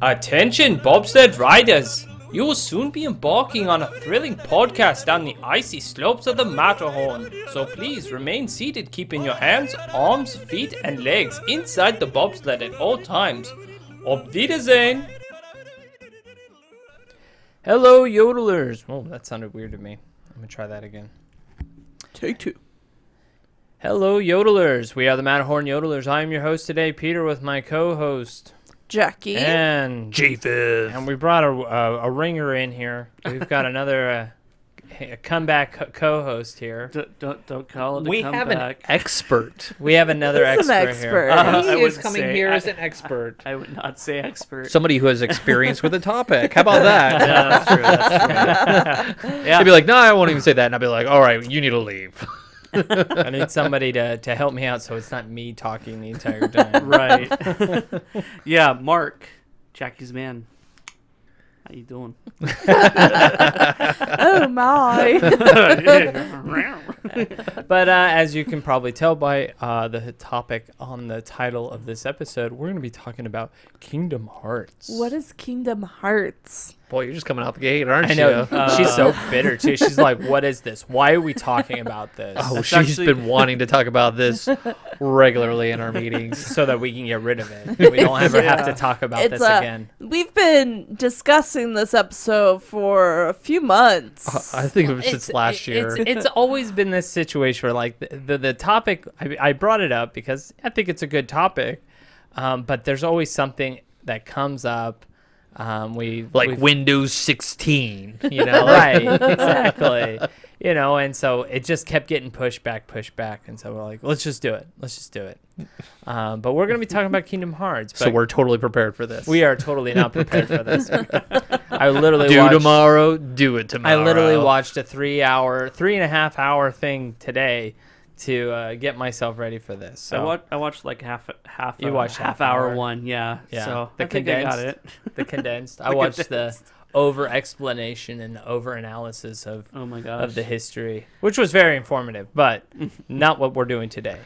Attention, bobsled riders! You will soon be embarking on a thrilling podcast down the icy slopes of the Matterhorn, so please remain seated, keeping your hands, arms, feet, and legs inside the bobsled at all times. Auf Wiedersehen! Hello, yodelers! Oh, that sounded weird to me. I'm gonna try that again. Take two. Hello, yodelers! We are the Matterhorn Yodelers. I am your host today, Peter, with my co host, Jackie. Eh. and Jeepers. And we brought a, a, a ringer in here. We've got another uh, a comeback co- co-host here. Don't, don't, don't call it a We have an comeback. expert. We have another He's expert, an here. expert. Uh, I he is wouldn't coming say- here I- as an expert. I would not say expert. Somebody who has experience with a topic. How about that? Yeah, that's true. That's true. I'd yeah, be like, no, I won't even say that. And I'd be like, all right, you need to leave. I need somebody to, to help me out so it's not me talking the entire time. right. yeah, Mark, Jackie's man. How you doing? oh my. But uh, as you can probably tell by uh, the topic on the title of this episode, we're going to be talking about Kingdom Hearts. what is Kingdom Hearts? Boy, you're just coming out the gate, aren't I know Uh, you? she's so bitter too. She's like, "What is this? Why are we talking about this?" Oh, That's she's actually- been wanting to talk about this regularly in our meetings. so that we can get rid of it. We don't ever have to Yeah. talk about It's uh, this a- again. We've been discussing this episode for a few months. Uh, I think it was since last year. It's, it's always been this situation where, like, the, the, the topic, I, I brought it up because I think it's a good topic, um, but there's always something that comes up. Um, we like we've- Windows 16, you know? right, exactly. You know, and so it just kept getting pushed back, pushed back, and so we're like, let's just do it, let's just do it. Um, but we're gonna be talking about Kingdom Hearts. But So we're totally prepared for this. we are totally not prepared for this. I literally Do watched- tomorrow, do it I tomorrow. literally watched a three hour, three and a half hour thing today to uh, get myself ready for this. I, So watch, I watched like half half. You uh, watched half half hour hour. one. Yeah. Yeah, So the I think I got condensed. it. the condensed, I watched the over explanation and the over analysis of Oh my gosh. of the history, which was very informative, but not what we're doing today.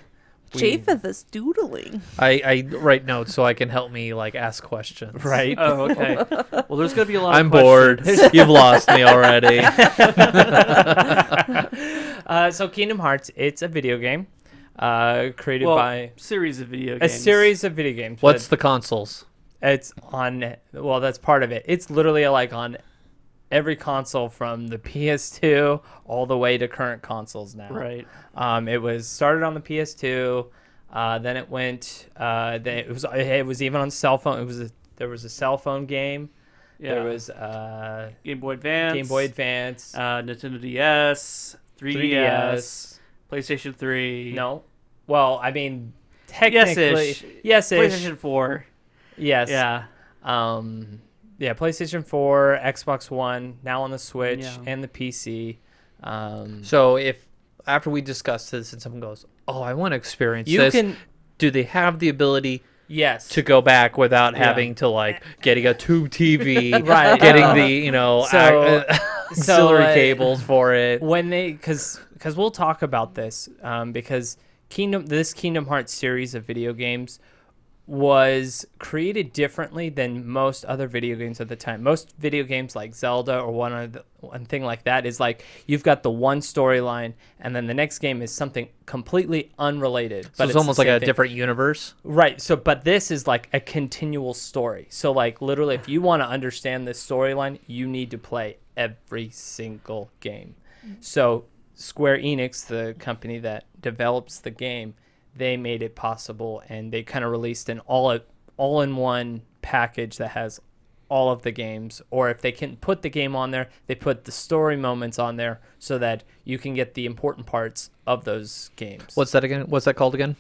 We- Japheth is doodling. I, I write notes so I can help me like ask questions. right? Oh okay. Well, there's gonna be a lot. I'm of bored. questions. You've lost me already. Uh, so Kingdom Hearts, it's a video game uh, created Well, by series of video a games. series of video games. What's the consoles? It's on. Well, that's part of it. It's literally like on every console from the PS2 all the way to current consoles now. Right. Um, it was started on the PS2. Uh, then it went. Uh, then it was. It was even on cell phone. It was. A, there was a cell phone game. Yeah. There was uh, Game Boy Advance. Game Boy Advance, Uh, Nintendo DS. 3DS. 3DS. PlayStation 3. No. Well, I mean, technically, Yes-ish. yes, PlayStation 4. yes, Yeah. um, yeah, PlayStation Four, Xbox One, now on the Switch Yeah. and the PC. Um, So if after we discuss this and someone goes, "Oh, I want to experience you this," can do they have the ability yes to go back without Yeah. having to like getting a tube TV, Right. getting the you know So- ac- uh, so, auxiliary uh, cables for it? when they because because we'll talk about this um, because Kingdom this Kingdom Hearts series of video games was created differently than most other video games at the time. Most video games like Zelda or one of the, one thing like that is like you've got the one storyline and then the next game is something completely unrelated. So it's the almost like same a thing. different universe. Right. So, but this is like a continual story. So, like, literally, if you want to understand this storyline, you need to play every single game. So, Square Enix, the company that develops the game, they made it possible, and they kind of released an all all in one package that has all of the games. Or if they can put the game on there, they put the story moments on there so that you can get the important parts of those games. What's that again? What's that called again?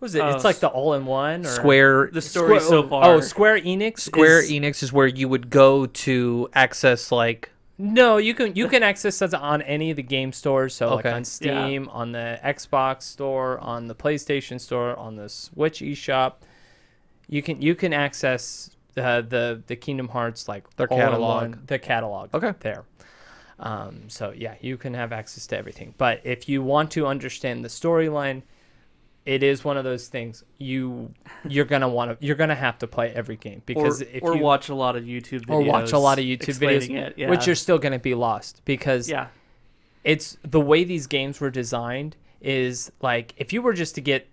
was it? Oh, it's like the all in one. Square The story Square- so oh, far. Oh, Square Enix. Square E- is- Enix is where you would go to access like No, you can you can access that on any of the game stores. So Okay. like on Steam, on the Xbox store, on the PlayStation store, on the Switch eShop. You can you can access uh, the the Kingdom Hearts like Their all in catalog. one- the catalog. Okay. there. Um, so yeah, you can have access to everything. But if you want to understand the storyline, it is one of those things you you're gonna want to you're gonna have to play every game because or, if or you watch a lot of YouTube videos. or watch a lot of YouTube videos, explaining it, yeah. which you're still gonna be lost because yeah. it's the way these games were designed is like if you were just to get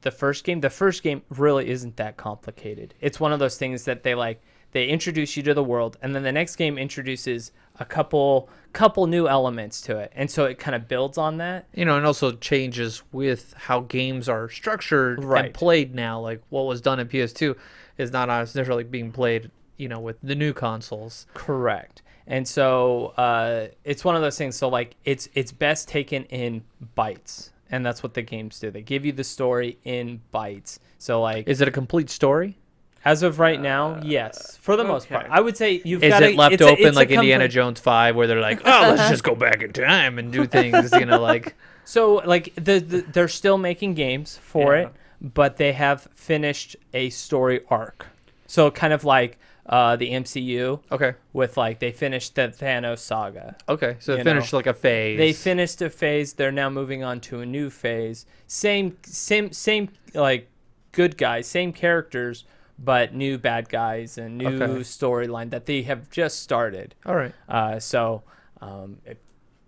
the first game the first game really isn't that complicated it's one of those things that they like they introduce you to the world and then the next game introduces a couple couple new elements to it and so it kind of builds on that you know, and also changes with how games are structured Right. and played now. Like what was done in PS2 is not necessarily being played, you know, with the new consoles. Correct. And so uh, it's one of those things. So like it's it's best taken in bites, and that's what the games do. They give you the story in bites. So like Is it a complete story? as of right now, yes, for the most part, okay. I would say you've Is got it left open like Indiana Jones? Jones Five, where they're like, oh, let's just go back in time and do things, you know, like So like the, the they're still making games for Yeah. it, but they have finished a story arc. So kind of like uh, the MCU okay, with like they finished the Thanos saga. okay, so You it finished know, like a phase. they finished a phase they're now moving on to a new phase same same same like good guys same characters but new bad guys and new Okay. storyline that they have just started All right, uh, so um, if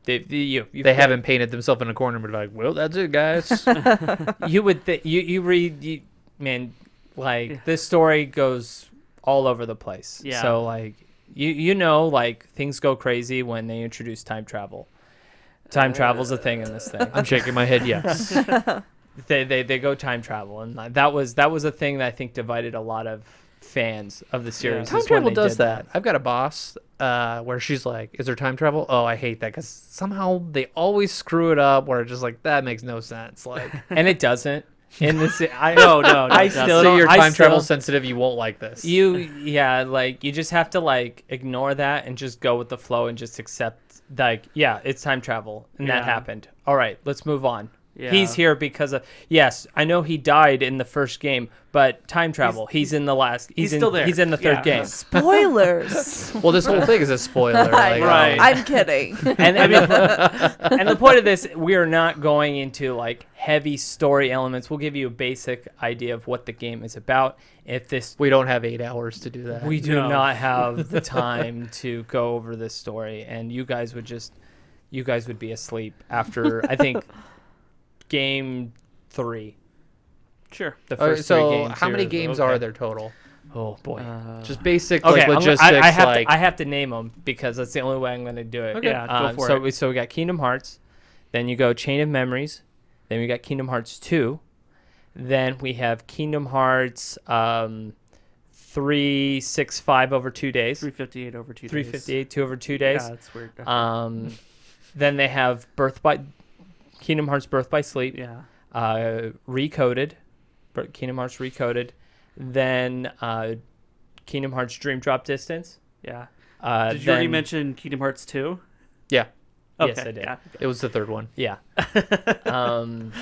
they, they, you, you they haven't painted themselves in a corner, but like, well, that's it, guys. you would th- you you read you, man like this story goes all over the place Yeah. so like you you know like things go crazy when they introduce time travel time travel's a thing in this thing I'm shaking my head. Yes. they, they they go time travel and like, that was that was a thing that I think divided a lot of fans of the series. Time is when travel they does did that. I've got a boss uh, where she's like, "Is there time travel?" Oh, I hate that because somehow they always screw it up. Where it's just like that makes no sense. Like, and it doesn't. In this, I No, no, no, I it doesn't. still so don't- you're I time travel still- sensitive. You won't like this. You yeah, like you just have to like ignore that and just go with the flow and just accept like yeah, it's time travel and that Yeah. happened. All right, let's move on. He's Yeah. here because of yes, I know he died in the first game, but time travel. He's, in the last. He's, in, still there. He's in the third Yeah. game. Spoilers. well, this whole thing is a spoiler. I like, um, know. Right. I'm kidding. and and the, and the point of this, we are not going into like heavy story elements. We'll give you a basic idea of what the game is about. If this, we don't have eight hours to do that. we do No. not have the time to go over this story, and you guys would just, you guys would be asleep after I think game three, Sure. the All right, first Uh, so three games. how many here. games Okay. are there total? Oh boy. Uh, Just basic Okay, like I'm gonna- logistics. I, I have like to, I have to name them because that's the only way I'm going to do it. Okay. Yeah, go Um, for so it. we so we got Kingdom Hearts, then you go Chain of Memories, then we got Kingdom Hearts two, then we have Kingdom Hearts um, three six five over two days, 358 over two three days. fifty eight two over two Yeah, days. that's weird. Um, then they have Birth by Kingdom Hearts Birth by Sleep, yeah. uh, Recoded, Bir- Kingdom Hearts Recoded, then uh, Kingdom Hearts Dream Drop Distance. Yeah. Uh, Did you already then- mention Kingdom Hearts 2? Yeah. Okay. Yes, I did. Yeah. it was the third one. Yeah. um,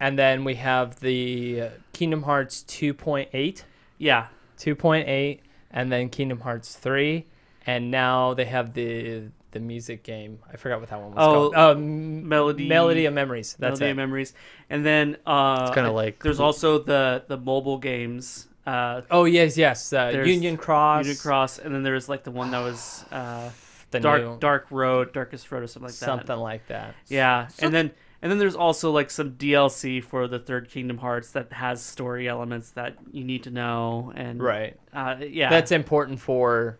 and then we have the uh, Kingdom Hearts 2.8, yeah. 2.8, and then Kingdom Hearts 3, and now they have the the music game. I forgot what that one was Oh, called. Um, Melody- Melody of Memories. That's Melody it. of Memories. And then uh, It's kind of like there's also the the mobile games. Uh, oh yes, yes. Uh, There's Union Cross. Union Cross, and then there's like the one that was uh, The Dark new, Dark Road, Darkest Road, or something like that. something like that. Yeah, and then and then there's also like some DLC for the third Kingdom Hearts that has story elements that you need to know and Right. Uh, yeah, That's important for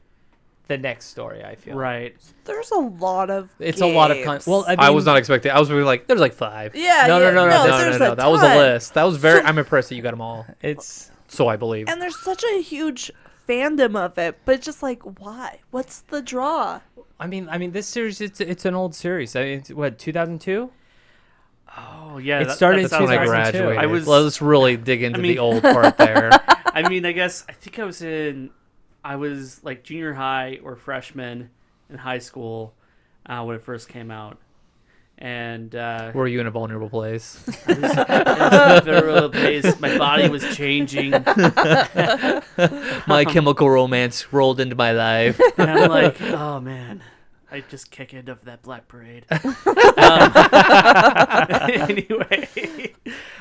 the next story. I feel. right. There's a lot of. It's a lot of con- games. well. I, mean, I was not expecting. I was really like, there's like five. yeah. No, no, yeah, no, no, no, no, there's That was a ton. list. That was very. So- I'm impressed that you got them all. It's So I believe. And there's such a huge fandom of it, but just like, why? What's the draw? I mean, I mean, this series it's it's an old series. I mean, it's what 2002. Oh yeah, It started that in sounds That's when Season I two. right. graduated. I was- Let's really dig into I mean- the old part there. I mean, I guess I think I was in, I was like junior high or freshman in high school uh, when it first came out, and uh, Were you in a vulnerable place? I was in a vulnerable place. My body was changing, and My chemical romance rolled into my life. I'm like, oh man, I just can't get enough of that Black Parade. Um, anyway,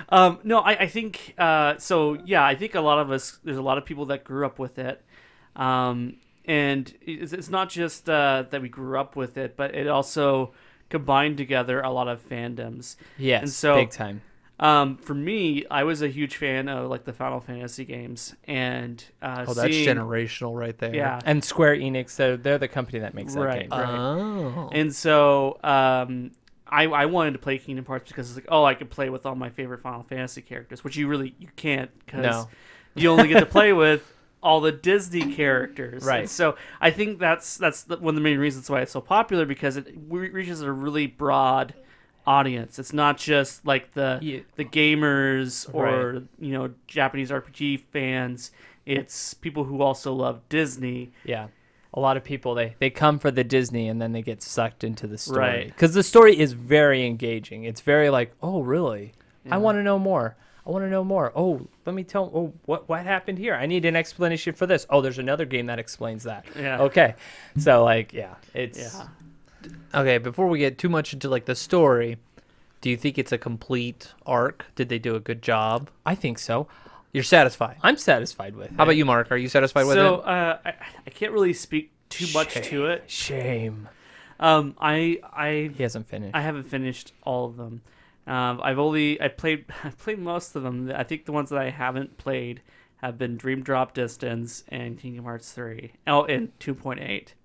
um, no, I, I think uh, so. Yeah, I think a lot of us. There's a lot of people that grew up with it, um, and it's, it's not just uh, that we grew up with it, but it also combined together a lot of fandoms. Yes, And so- big time. Um, for me, I was a huge fan of like the Final Fantasy games, and uh, Oh, that's seeing- generational right there. Yeah, And Square Enix, they're, they're the company that makes that Right. game. Uh, Oh. And so um, I, I wanted to play Kingdom Hearts because it's like, oh, I could play with all my favorite Final Fantasy characters, which you really you can't because No. you only get to play with all the Disney characters. Right. And so I think that's that's the, one of the main reasons why it's so popular because it re- reaches a really broad audience. It's not just like the Yeah. the gamers or you know Japanese RPG fans. It's people who also love Disney. Yeah. A lot of people they they come for the Disney and then they get sucked into the story Right. cuz the story is very engaging. It's very like, "Oh, really? I want to know more. I want to know more. Oh, let me tell oh what what happened here? I need an explanation for this. Oh, there's another game that explains that." Yeah. Okay. So like, yeah, it's Yeah. Okay, before we get too much into like the story, do you think it's a complete arc? Did they do a good job? I think so. You're satisfied. I'm satisfied with. How about you, Mark? Are you satisfied with so it? uh, I, I can't really speak too much to it. Shame. Um, I I He hasn't finished. I haven't finished all of them. Um, I've only I played I played most of them. I think the ones that I haven't played have been Dream Drop Distance and Kingdom Hearts three. Oh, and two point eight.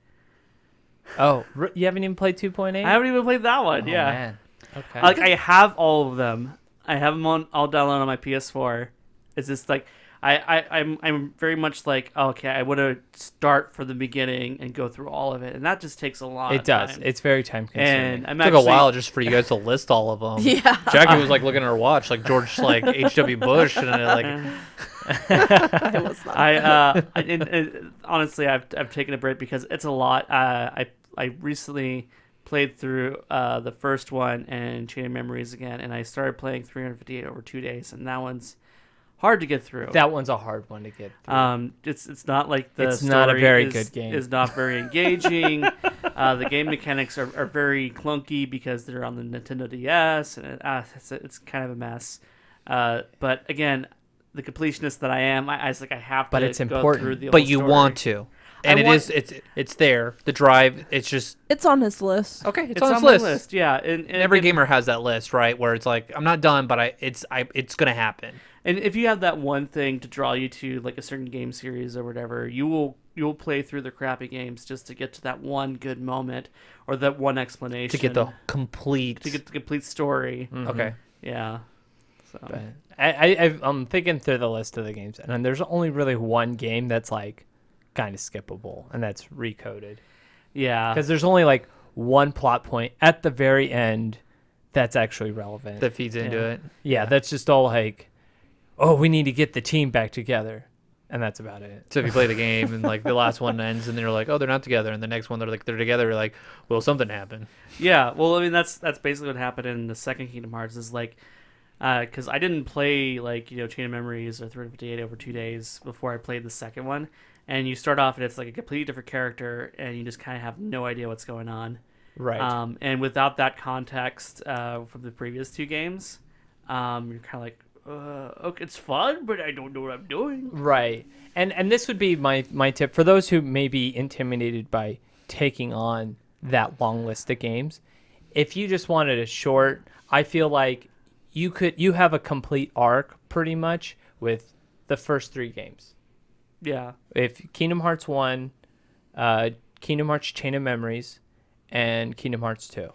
oh, r- you haven't even played 2.8? I haven't even played that one. Oh, yeah, man. Okay. like I have all of them. I have them on all download on my PS4. It's just like I, I I'm I'm very much like okay, I want to start from the beginning and go through all of it, and that just takes a lot. it of does. time. It's very time consuming. and uh, I'm It took actually, a while just for you guys to list all of them. Yeah. Jackie was like looking at her watch, like George, like H.W. Bush, and then, like It was not. I, uh, I and, and honestly, I've I've taken a break because it's a lot. Uh, I I recently played through uh, the first one and Chain of Memories again, and I started playing 358 over two days, and that one's hard to get through. that one's a hard one to get. through. Um, it's it's not like the It's not a very is, good game. Is not very engaging. uh, the game mechanics are, are very clunky because they're on the Nintendo DS, and it, uh, it's it's kind of a mess. Uh, but again, the completionist that I am, I, I was like I have But to. it's go important. through the but whole you story. want to, and it want- is it's it's there. The drive, it's just it's on his list. okay. It's, It's, on, on, its my list. list, yeah. And, and Every and- gamer has that list, right? Where it's like, I'm not done, but I it's I it's gonna happen. And if you have that one thing to draw you to like a certain game series or whatever, you will you will play through the crappy games just to get to that one good moment or that one explanation to get the complete. to get the complete story. okay. Yeah. So But I, I I've- I'm thinking through the list of the games, and then there's only really one game that's like kind of skippable, and that's Recoded, yeah. because there's only like one plot point at the very end that's actually relevant. That feeds into Yeah. it. yeah, that's just all like, oh, we need to get the team back together, and that's about it. So if you play the game and like the last one ends and you're like, oh, they're not together, and the next one they're like they're together, you're like, will something happen? Yeah, well, I mean that's that's basically what happened in the second Kingdom Hearts is like, because I didn't play like you know Chain of Memories or 358 over two days before I played the second one, and you start off and it's like a completely different character, and you just kind of have no idea what's going on. Right. Um, and without that context uh, from the previous two games, um, you're kind of like, uh, okay, it's fun, but I don't know what I'm doing. Right. And and this would be my my tip for those who may be intimidated by taking on that long list of games. If you just wanted a short, I feel like you could you have a complete arc pretty much with the first 3 games. Yeah, If Kingdom Hearts 1, uh Kingdom Hearts Chain of Memories and Kingdom Hearts 2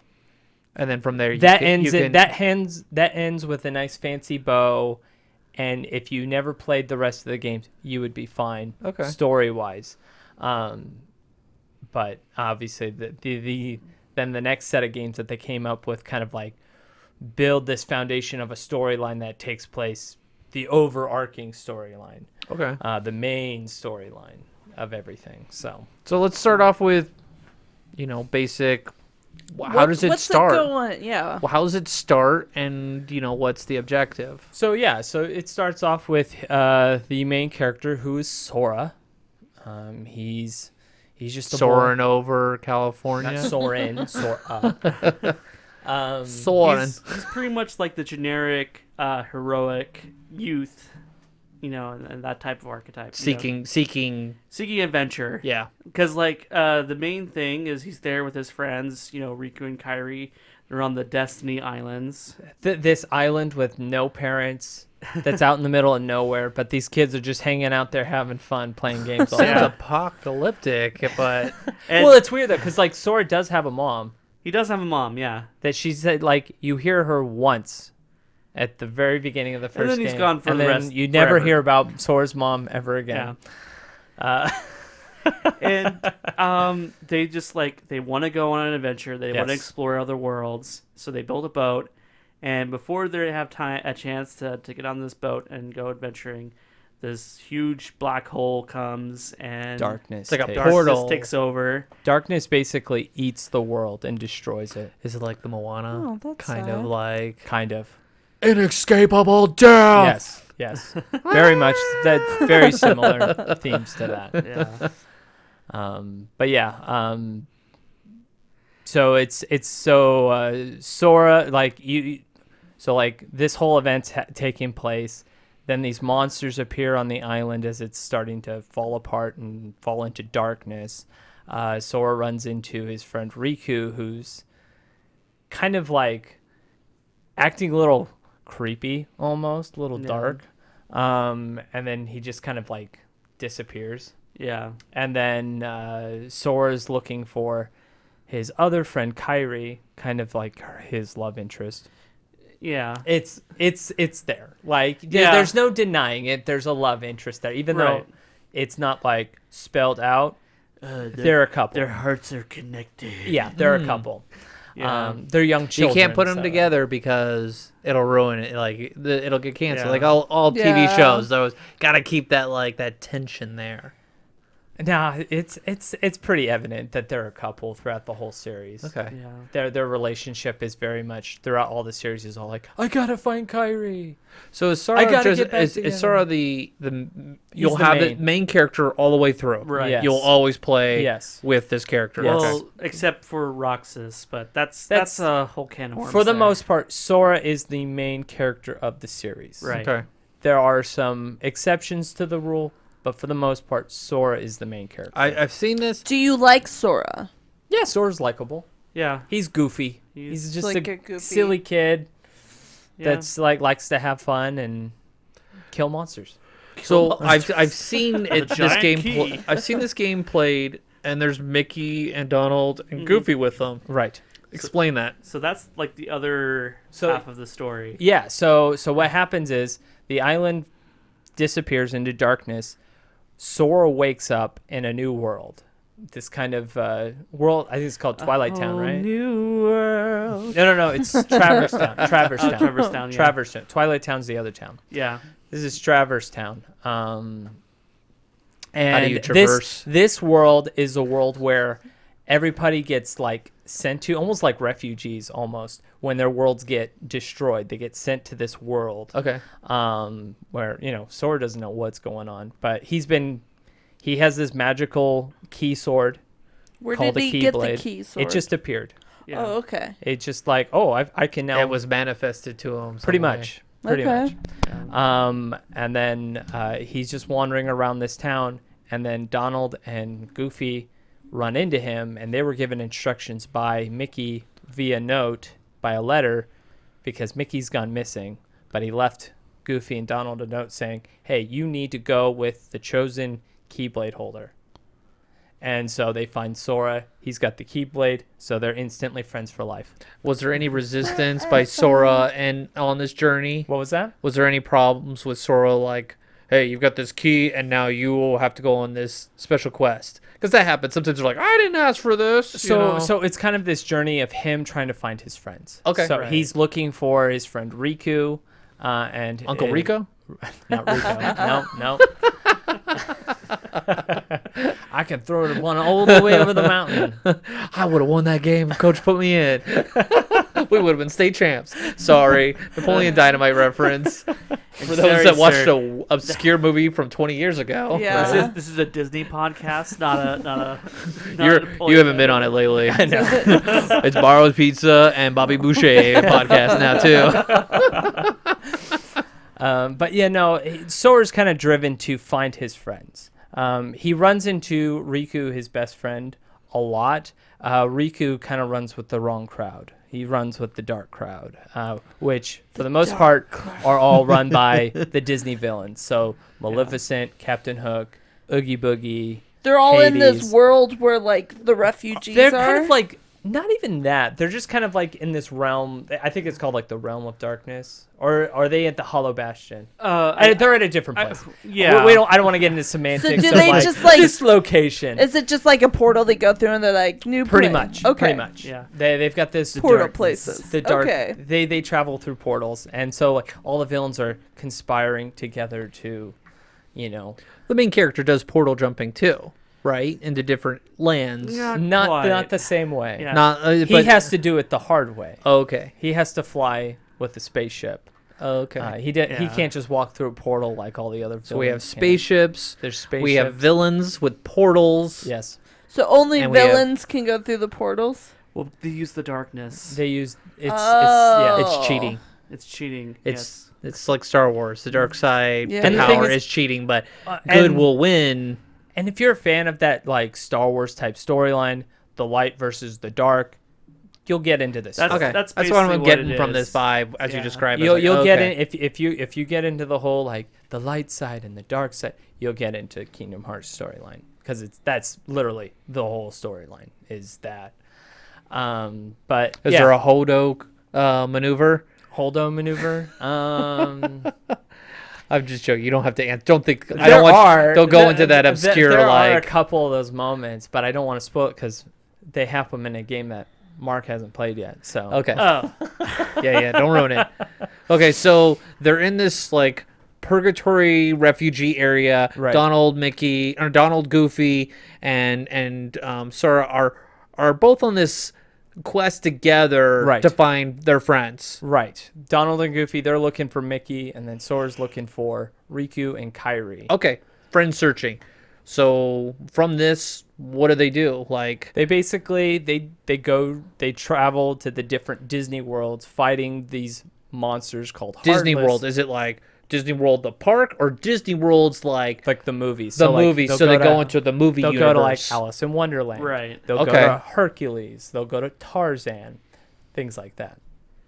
and then from there, you that can- ends you it. can- That ends. That ends with a nice fancy bow. And if you never played the rest of the games, you would be fine. Okay. Story wise, um, but obviously the, the the then the next set of games that they came up with kind of like build this foundation of a storyline that takes place, the overarching storyline, Okay. uh, the main storyline of everything. So So let's start off with, you know, basic. wh- How What- does it what's start? It going? Yeah. Well, how does it start, and you know, what's the objective? So yeah, so it starts off with uh, the main character who is Sora. Um, he's He's just a soaring boy. over Not California. Soren, soar up. Um, soaring. He's, he's pretty much like the generic uh, heroic youth, you know, and, and that type of archetype. you know. Seeking, seeking. seeking adventure. Yeah. Because like uh, the main thing is he's there with his friends, you know, Riku and Kairi. They're on the Destiny Islands. th- this island with no parents that's out in the middle of nowhere, but these kids are just hanging out there having fun playing games all Sounds yeah. apocalyptic, but And Well, it's weird though, because like Sora does have a mom he does have a mom, yeah. that she said like you hear her once at the very beginning of the first And then he's game, gone for and the then rest- you never forever. hear about Sora's mom ever again. Uh, Yeah. and um, they just like they want to go on an adventure. They want to Yes. explore other worlds. So they build a boat, and before they have time a chance to to get on this boat and go adventuring, this huge black hole comes and Darkness, It's like a takes- darkness Portal. takes over. darkness basically eats the world and destroys it. is it like the Moana? Oh, that's kind sad. of like Kind of. inescapable death. Yes. Yes. very much. That's very similar themes to that. Yeah. Um, but yeah, um, so it's it's so uh, Sora like you, so like this whole event's ha- taking place. Then these monsters appear on the island as it's starting to fall apart and fall into darkness. Uh, Sora runs into his friend Riku, who's kind of like acting a little creepy, almost a little Yeah. dark. Um, and then he just kind of like disappears Yeah. and then uh, Sora's looking for his other friend Kyrie, kind of like her- his love interest. Yeah. It's it's it's there. Like there- Yeah. there's no denying it. There's a love interest there, even Right. though it's not like spelled out. Uh, They're a couple. their hearts are connected. yeah, they're a couple. Yeah. Um, they're young Hmm. You children. can't put them so- together because it'll ruin it. Like the, it'll get canceled. Yeah. Like all, all TV Yeah. shows, those gotta keep that like that tension there. Nah, it's it's it's pretty evident that they're a couple throughout the whole series. Okay. yeah. Their their relationship is very much throughout all the series is all like, I gotta find Kyrie. So is Sora gotta just get back is, is together. Sora the the m- you'll the have the main. main character all the way through. Right. Yes. You'll always play Yes. with this character. Yes. Okay. Well, except for Roxas, but that's that's, That's- a whole can of worms. For the there. most part, Sora is the main character of the series. Right. okay. There are some exceptions to the rule, but for the most part, Sora is the main character. I, I've seen this. Do you like Sora? yeah, Sora's likable. Yeah. He's goofy. He's He's, just like a, a goofy- silly kid yeah. that's like likes to have fun and kill monsters. So I've I've seen it, this giant game. key. pl- I've seen this game played, and there's Mickey and Donald Mm-hmm. and Goofy with them. Right. Explain that. so that's like the other So- half of the story. Yeah, so so what happens is the island disappears into darkness. Sora wakes up in a new world. This kind of uh, world, I think it's called Twilight Town, Oh, right? New world. No, no, no. It's Traverse Town. Traverse Oh, Town. Traverse Town, yeah. Traverse Town. Twilight Town's the other town. Yeah. This is Traverse Town. Um, and How do you traverse? This, this world is a world where everybody gets like sent to, almost like refugees, almost when their worlds get destroyed. They get sent to this world Okay. um, where you know Sora doesn't know what's going on, but he's been he has this magical key sword Where called did a he key get blade. the key sword? It just appeared. Yeah. Oh, okay. It's just like oh, I, I can now it was manifested to him. pretty some way. much pretty Okay. much um and then uh, he's just wandering around this town and then donald and goofy run into him and they were given instructions by mickey via note by a letter because mickey's gone missing but he left goofy and donald a note saying hey you need to go with the chosen keyblade holder and so they find Sora. He's got the Keyblade, so they're instantly friends for life. Was there any resistance by Sora and on this journey? What was that? Was there any problems with Sora? Like, hey, you've got this key, and now you will have to go on this special quest. Because that happens. Sometimes they're like, I didn't ask for this. you so know? so it's kind of this journey of him trying to find his friends. Okay. So Right. he's looking for his friend Riku, uh, and Uncle uh, Rico. Not Rico. no, no. I can throw it one all the way over the mountain. I would have won that game. if Coach put me in. we would have been state champs. Sorry, Napoleon Dynamite reference. For those Sorry, that watched sir. an obscure movie from 20 years ago, Yeah. This is this is a Disney podcast, not a not a. Not You're, an you employee- haven't been on it lately. I know. it's Borrowed Pizza and Bobby Boucher podcast now too. Um, but yeah, no, he- Sora's kind of driven to find his friends. Um, he runs into Riku, his best friend, a lot. Uh, Riku kind of runs with the wrong crowd. He runs with the dark crowd, uh, which for the most part are all run by the Disney villains. So Maleficent, Captain Hook, Oogie Boogie. They're all in this Hades. world where like the refugees They're are. kind of like not even that. They're just kind of like in this realm. I think it's called like the realm of darkness, or are they at the Hollow Bastion? Uh, I, they're at a different I- place. yeah. We, we don't. I don't want to get into semantics. do of, they like, just, like- this location? Is it just like a portal they go through and they're like new? pretty place? much. Okay. Pretty much. Yeah. They they've got this Portal darkness, places. The dark. Okay. They they travel through portals, and so like all the villains are conspiring together to, you know, the main character does portal jumping too, right? Into different lands. Yeah. Not not quite. not the same way. Yeah. Not. Uh, He but, has to do it the hard way. Okay. He has to fly with a spaceship. Okay. Uh, he did. He Yeah. can't just walk through a portal like all the other. so we have villains can. spaceships. There's spaceships. We have villains with portals. Yes. So only And we have- villains can go through the portals. Well, they use the darkness. They use it's Oh. it's yeah It's cheating. It's cheating. It's it's like Star Wars. The dark side, Yeah. the And the thing power is- is, cheating, but Uh, good and- will win. And if you're a fan of that like Star Wars type storyline, the light versus the dark, you'll get into this. That's- stuff. Okay, that's, that's what I'm basically what getting it from this is. vibe as you Yeah. describe it. You'll, Like, you'll get okay. in if if you if you get into the whole like the light side and the dark side, you'll get into Kingdom Hearts storyline because it's that's literally the whole storyline is that. Um, but Is yeah, there a Holdo uh, maneuver? Holdo maneuver? Um, I'm just joking. You don't have to answer. Don't think. I there don't want. are. don't go th- into that th- obscure There are a like. couple of those moments, but I don't want to spoil it because they happen in a game that Mark hasn't played yet. So Okay. Yes. Oh, yeah, yeah. Don't ruin it. Okay, so they're in this like purgatory refugee area. Right. Donald, Mickey, or Donald, Goofy, and and um, Sora are are both on this quest together Right. to find their friends. Right. Donald and Goofy, they're looking for Mickey, and then Sora's looking for Riku and Kairi. Okay, friend searching. So from this, what do they do? Like, They basically they they go they travel to the different Disney worlds fighting these monsters called Disney Heartless, World. Is it like Disney World the park or Disney World's like the like the movies. movie? they'll so they to- go into the movie They'll universe. go to like Alice in Wonderland. Right. They'll go Okay. to Hercules. They'll go to Tarzan, things like that.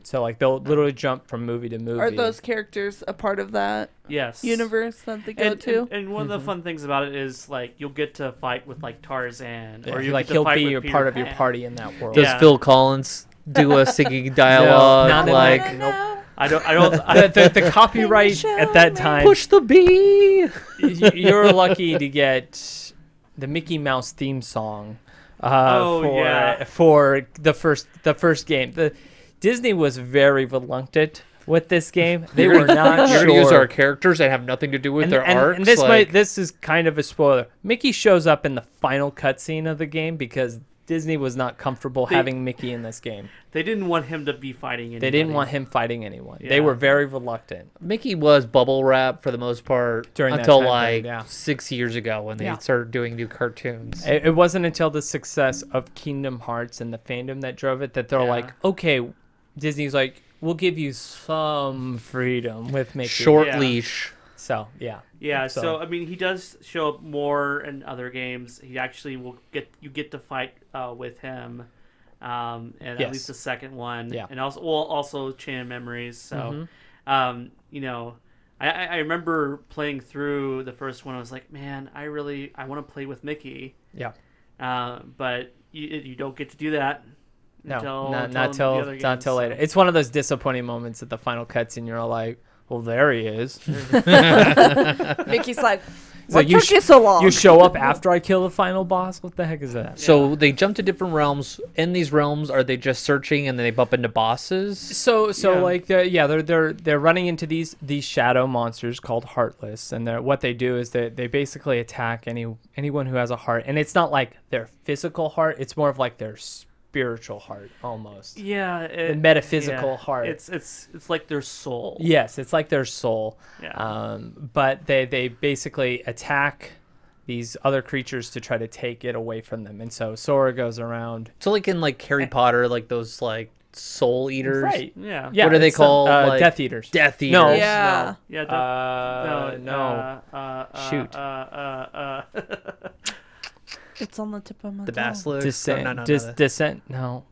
So like they'll literally jump from movie to movie. Are those characters a part of that yes. universe that they go And, to? and, and one of the Mm-hmm. fun things about it is like you'll get to fight with like Tarzan, Yeah, or you like get to he'll fight be with a Peter part of your Pan. party in that world. Does Yeah. Phil Collins do a singing dialogue not in like that. no. I don't. I don't. I the, don't the, the copyright at that time push the bee? y- you're lucky to get the Mickey Mouse theme song uh, Oh, for yeah. for the first the first game. The Disney was very reluctant with this game. They were not You're sure. gonna use our characters that have nothing to do with and, their and- arcs. and this like, might this is kind of a spoiler. Mickey shows up in the final cutscene of the game because Disney was not comfortable They- having Mickey in this game. they didn't want him to be fighting. Anybody. They didn't want him fighting anyone. They Yeah. were very reluctant. Mickey was bubble wrap for the most part During that until time like period, yeah. six years ago when they Yeah. started doing new cartoons. It, it wasn't until the success of Kingdom Hearts and the fandom that drove it that they're Yeah. like, okay, Disney's like, we'll give you some freedom with Mickey. Short Yeah. leash. So yeah, Yeah. So. So- I mean, he does show up more in other games. He actually will get you get to fight uh, with him, um, Yes. and at least the second one. Yeah. Mm-hmm. And also, well, also Chain of Memories. So, um, you know. I, I I remember playing through the first one. I was like, man, I really I want to play with Mickey. yeah. Uh, but you, you don't get to do that. No, until, not not until till the other not games, till so- later. It's one of those disappointing moments at the final cuts, and you're all like, well, there he is. Mickey's like, So what you took sh- you so long? you show up after I kill the final boss. What the heck is that? So they jump to different realms. In these realms, are they just searching and then they bump into bosses? So so Yeah. like they're yeah they're they're they're running into these these shadow monsters called heartless and they're what they do is they they basically attack any anyone who has a heart and it's not like their physical heart it's more of like their spirit spiritual heart almost. yeah, The it, metaphysical yeah. heart. It's it's it's like their soul. Yes, it's like their soul. Yeah. Um, but they they basically attack these other creatures to try to take it away from them. And so Sora goes around. So like in like Harry Potter, like those like soul eaters. Eh. Right. Yeah. Yeah. What are they it's some- called, Uh, like- Death Eaters. Death eaters. No. Yeah. Yeah. No. Uh, definitely. no. Uh, uh, uh, Shoot. Uh, uh, uh, It's on the tip of my The tongue. basilisk. Descent. No, no, no, dis- the- Descent. No.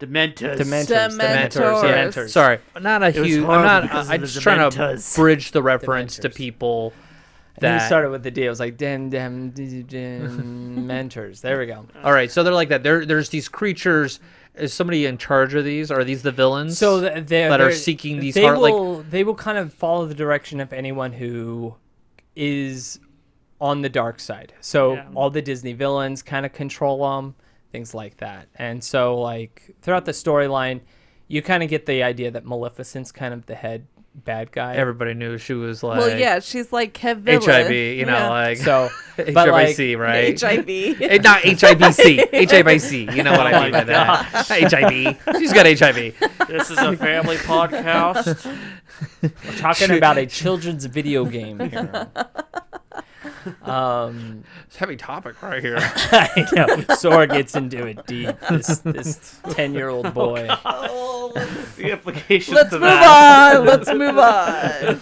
Dementors. Dementors. Dementors. Dementors. Dementors. Sorry, not a was huge. I'm horrible not. because I- I'm of the just trying to Dementors. bridge the reference to Dementors. people. And then That you started with the D. It was like dem dem d- dem mentors. There we go. all right, so they're like that. There, there's these creatures. Is somebody in charge of these? Are these the villains? So th- they're, that are they're- seeking these they heart- like- will, they will kind of follow the direction of anyone who is on the dark side. So Yeah. all the Disney villains kind of control them, things like that. And so like throughout the storyline, you kind of get the idea that Maleficent's kind of the head bad guy. everybody knew she was like. Well, yeah, she's like Kevin. HIV. You know, like so, but like, HIVC, right? HIV. Eh, Not HIVC, HIVC. You know what Oh I mean my by that? HIV. She's got HIV. This is a family podcast. we're talking about a children's video game here. um, It's a heavy topic right here. I know. Sora gets into it deep. This this ten year old boy. Oh, let's- The implications let's of move that. on.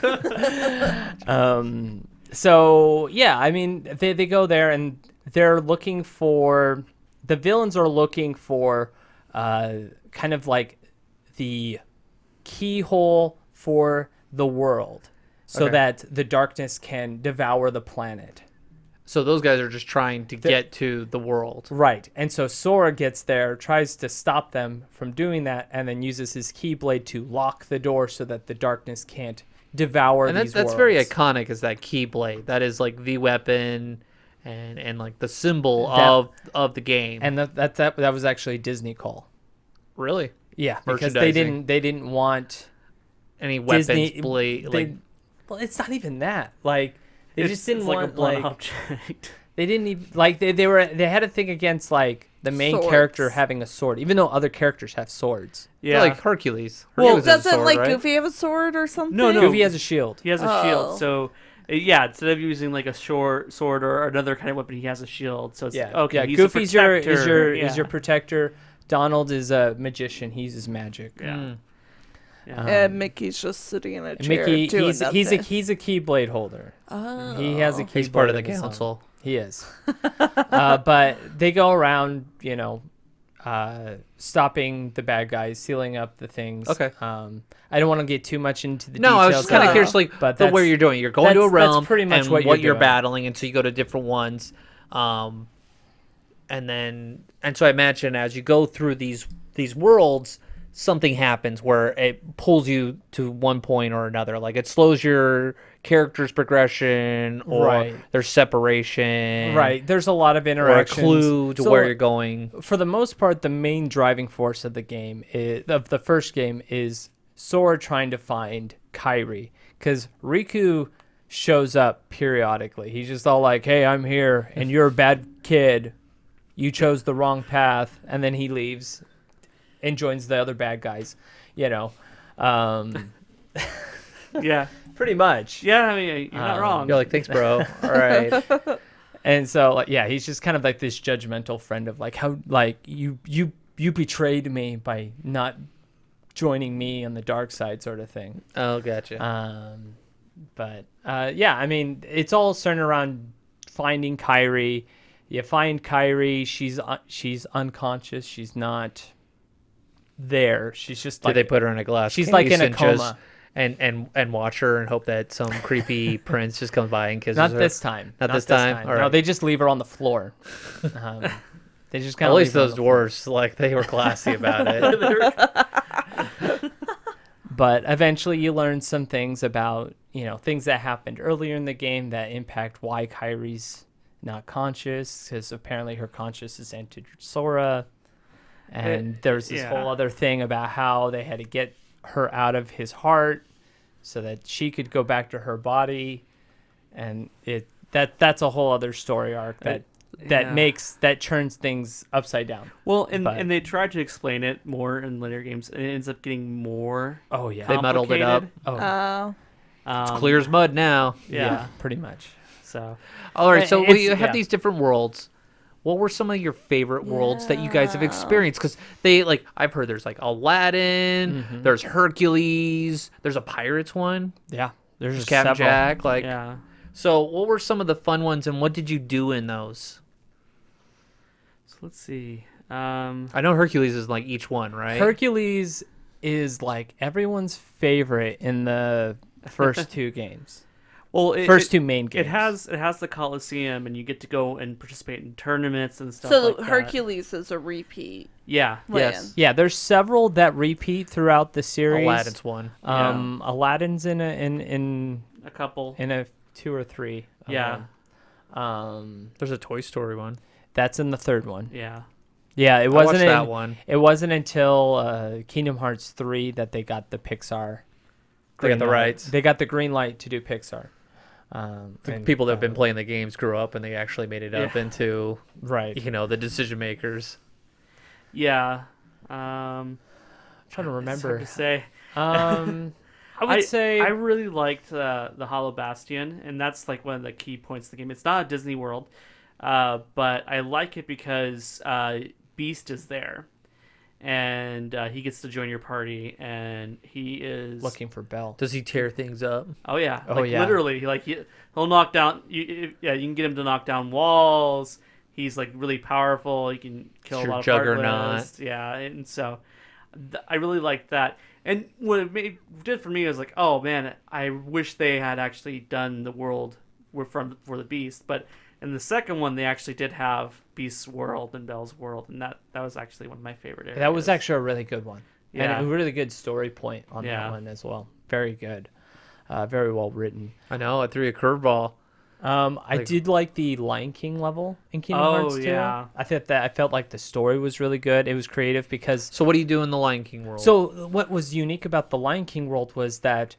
Let's move on. um. So yeah, I mean, they they go there and they're looking for the villains are looking for, uh, kind of like the keyhole for the world, so Okay. that the darkness can devour the planet. So those guys are just trying to get to the world. Right. And so Sora gets there, tries to stop them from doing that, and then uses his keyblade to lock the door so that the darkness can't devour and that, these that's very worlds. iconic is that keyblade that is like the weapon and and like the symbol That- of of the game and that, that that that was actually a Disney call. really Yeah, because they Merchandising. didn't they didn't want any weapons Disney blade they- like well, it's not even that. Like they It's- just didn't it's want like a blunt like object. they didn't even like they, they were they had a thing against like the main character Swords. having a sword, even though other characters have swords. they're yeah. like hercules Well, Hercules has a doesn't sword, like right? Goofy have a sword or something? no. Goofy has a shield. He has a Oh. shield, so uh, yeah. Instead of using like a short sword or another kind of weapon, he has a shield. So it's Yeah. like, okay. Yeah. he's a Goofy's your is protector, your yeah. is your protector. Donald is a magician. He uses magic. yeah. Mm. Yeah. And Uh, Mickey's just sitting in a And chair Mickey, doing he's he's a nothing. he's a keyblade holder. oh. He has a keyblade. he's part of the in his own. council He is. uh, but they go around, you know, uh, stopping the bad guys, sealing up the things. Okay. Um, I don't want to get too much into the no, I was details. just kind of it, of curious, like but the that's- way you're doing. it. You're going to a that's- that's realm, pretty much and what what, you're you're doing. battling, and so you go to different ones, um, and then and so I imagine as you go through these these worlds, something happens where it pulls you to one point or another. Like it slows your character's progression, or Right. their separation, right. There's a lot of or a interactions. clue to So, where you're going. for the most part, the main driving force of the game is, of the first game is Sora trying to find Kairi because Riku shows up periodically. He's just all like, "Hey, I'm here, and you're a bad kid. You chose the wrong path," and then he leaves and joins the other bad guys. You know, um, Mm. yeah, pretty much. yeah. I mean, you're not Um, wrong. You're like, thanks, bro. All right, And so, like, yeah, he's just kind of like this judgmental friend of like how like you you you betrayed me by not joining me on the dark side, sort of thing. oh, gotcha. Um, but uh, yeah, I mean, it's all centered around finding Kyrie. You find Kyrie. She's uh, she's unconscious. She's not there. She's just Do like they put her in a glass? she's like case in a and just- coma. and and and watch her and hope that some creepy prince just comes by and kisses not her. this time. Not this time? All No, right. they just leave her on the floor. Um, they just kind At of least those dwarves, like they were classy about it. but eventually you learn some things about you know things that happened earlier in the game that impact why Kyrie's not conscious because apparently her consciousness entered Sora, and there's this yeah. whole other thing about how they had to get her out of his heart so that she could go back to her body, and it that that's a whole other story arc that that Yeah. makes that turns things upside down. Well, and But- and they tried to explain it more in later games, and it ends up getting more. Oh yeah. They muddled it up. complicated. oh Uh, Um, It's clear as mud now. yeah, Yeah. pretty much. So All right, so It's- we have yeah. these different worlds. What were some of your favorite worlds that you guys have experienced? Because they like I've heard there's like Aladdin, there's Hercules, there's a pirates one, Yeah. There's there's just Captain several. Jack. Like, yeah. so what were some of the fun ones, and what did you do in those? So let's see. Um, I know Hercules is like each one, right? Hercules is like everyone's favorite in the first two games. well, it, First it, two main games. It has it has the Coliseum, and you get to go and participate in tournaments and stuff. so like that. Hercules is a repeat. Yeah. Yes. Yeah, there's several that repeat throughout the series. Aladdin's one. Um, Aladdin's in a in in A couple. in a two or three. of yeah. them. Um, There's a Toy Story one. that's in the third one. Yeah. Yeah, it I watched wasn't in- that one. It wasn't until uh, Kingdom Hearts three that they got the Pixar. They green got the light. rights. They got the green light to do Pixar. Um, The and- people that have been playing the games grew up and they actually made it up into right. you know the decision makers. Yeah. I'm Um, trying to it's hard remember. to say. Um, I would I- say I really liked uh, the Hollow Bastion, and that's like one of the key points of the game. It's not a Disney World, uh, but I like it because uh, Beast is there, and uh, he gets to join your party, and he is looking for Bell. Does he tear things up? Oh yeah, Oh, like yeah. literally, he- like he, he'll knock down. You, you- yeah, you can get him to knock down walls. He's like really powerful. You can kill It's a your lot of juggernaut. gargoyles. Yeah, and so th- I really liked that. And what it made, did for me was like, oh man, I wish they had actually done the world were from for the Beast. But in the second one, they actually did have Beast's world and Belle's world, and that that was actually one of my favorite. Areas. That was actually a really good one. Yeah. And a really good story point on Yeah. that one as well. Very good. Uh, very well written. I know I threw you a curveball. Um, I Like- did like the Lion King level in Kingdom Oh, Hearts 2. yeah. I thought that I felt like the story was really good. It was creative because So what do you do in the Lion King world? So what was unique about the Lion King world was that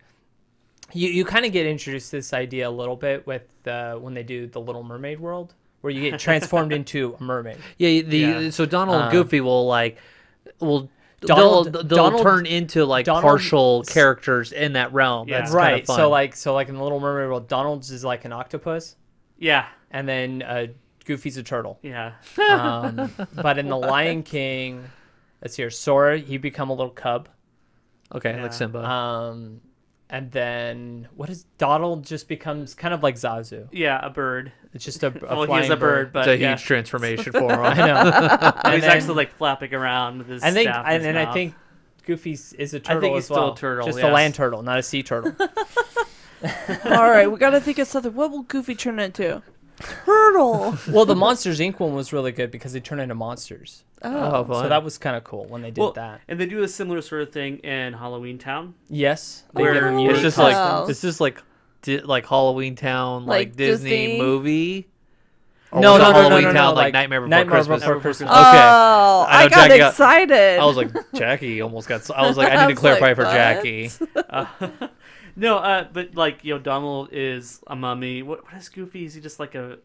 you you kind of get introduced to this idea a little bit with uh, when they do the Little Mermaid world, where you get transformed into a mermaid. yeah, Uh, the Yeah. so Donald and Um, Goofy will like will Donald- they'll, they'll Donald- turn into like Donald- partial characters in that realm. Yeah. That's kinda right. fun. So like so like in the Little Mermaid world, Donald's is like an octopus, yeah, and then uh, Goofy's a turtle. yeah, Um, but in the Lion King, let's hear Sora. He become a little cub. okay, Yeah. like Simba. Um, and then what is Donald just becomes kind of like Zazu. yeah. A bird. It's just a, a well, Oh, he flying is a bird, but it's a yeah. huge transformation for him. I know. he's then- actually like flapping around with his. I think, staff in and, his and I mouth. think Goofy's is a turtle he's as still a well. turtle, just yes. a land turtle, not a sea turtle. All right, we gotta think of something. What will Goofy turn into? Turtle. well, the Monsters Inc. one was really good because they turn into monsters, Um, oh, fun. so that was kind of cool when they did Well, that. and they do a similar sort of thing in Halloween Town. Yes, they Where did it's unique it's just like Wow. it's just like di- like Halloween Town like, Like Disney, Disney? movie. Or No, was Oh, it no, no, no, Halloween no, no, Town like like Nightmare Before Nightmare Christmas. Before Christmas. Christmas. Okay. Oh, I I, know, got Jackie got- excited. I was like Jackie almost got. s- I was like I I need to was clarify like, for what? Jackie. Uh, no, uh, but like you know, Donald is a mummy. What what is Goofy? Is he just like a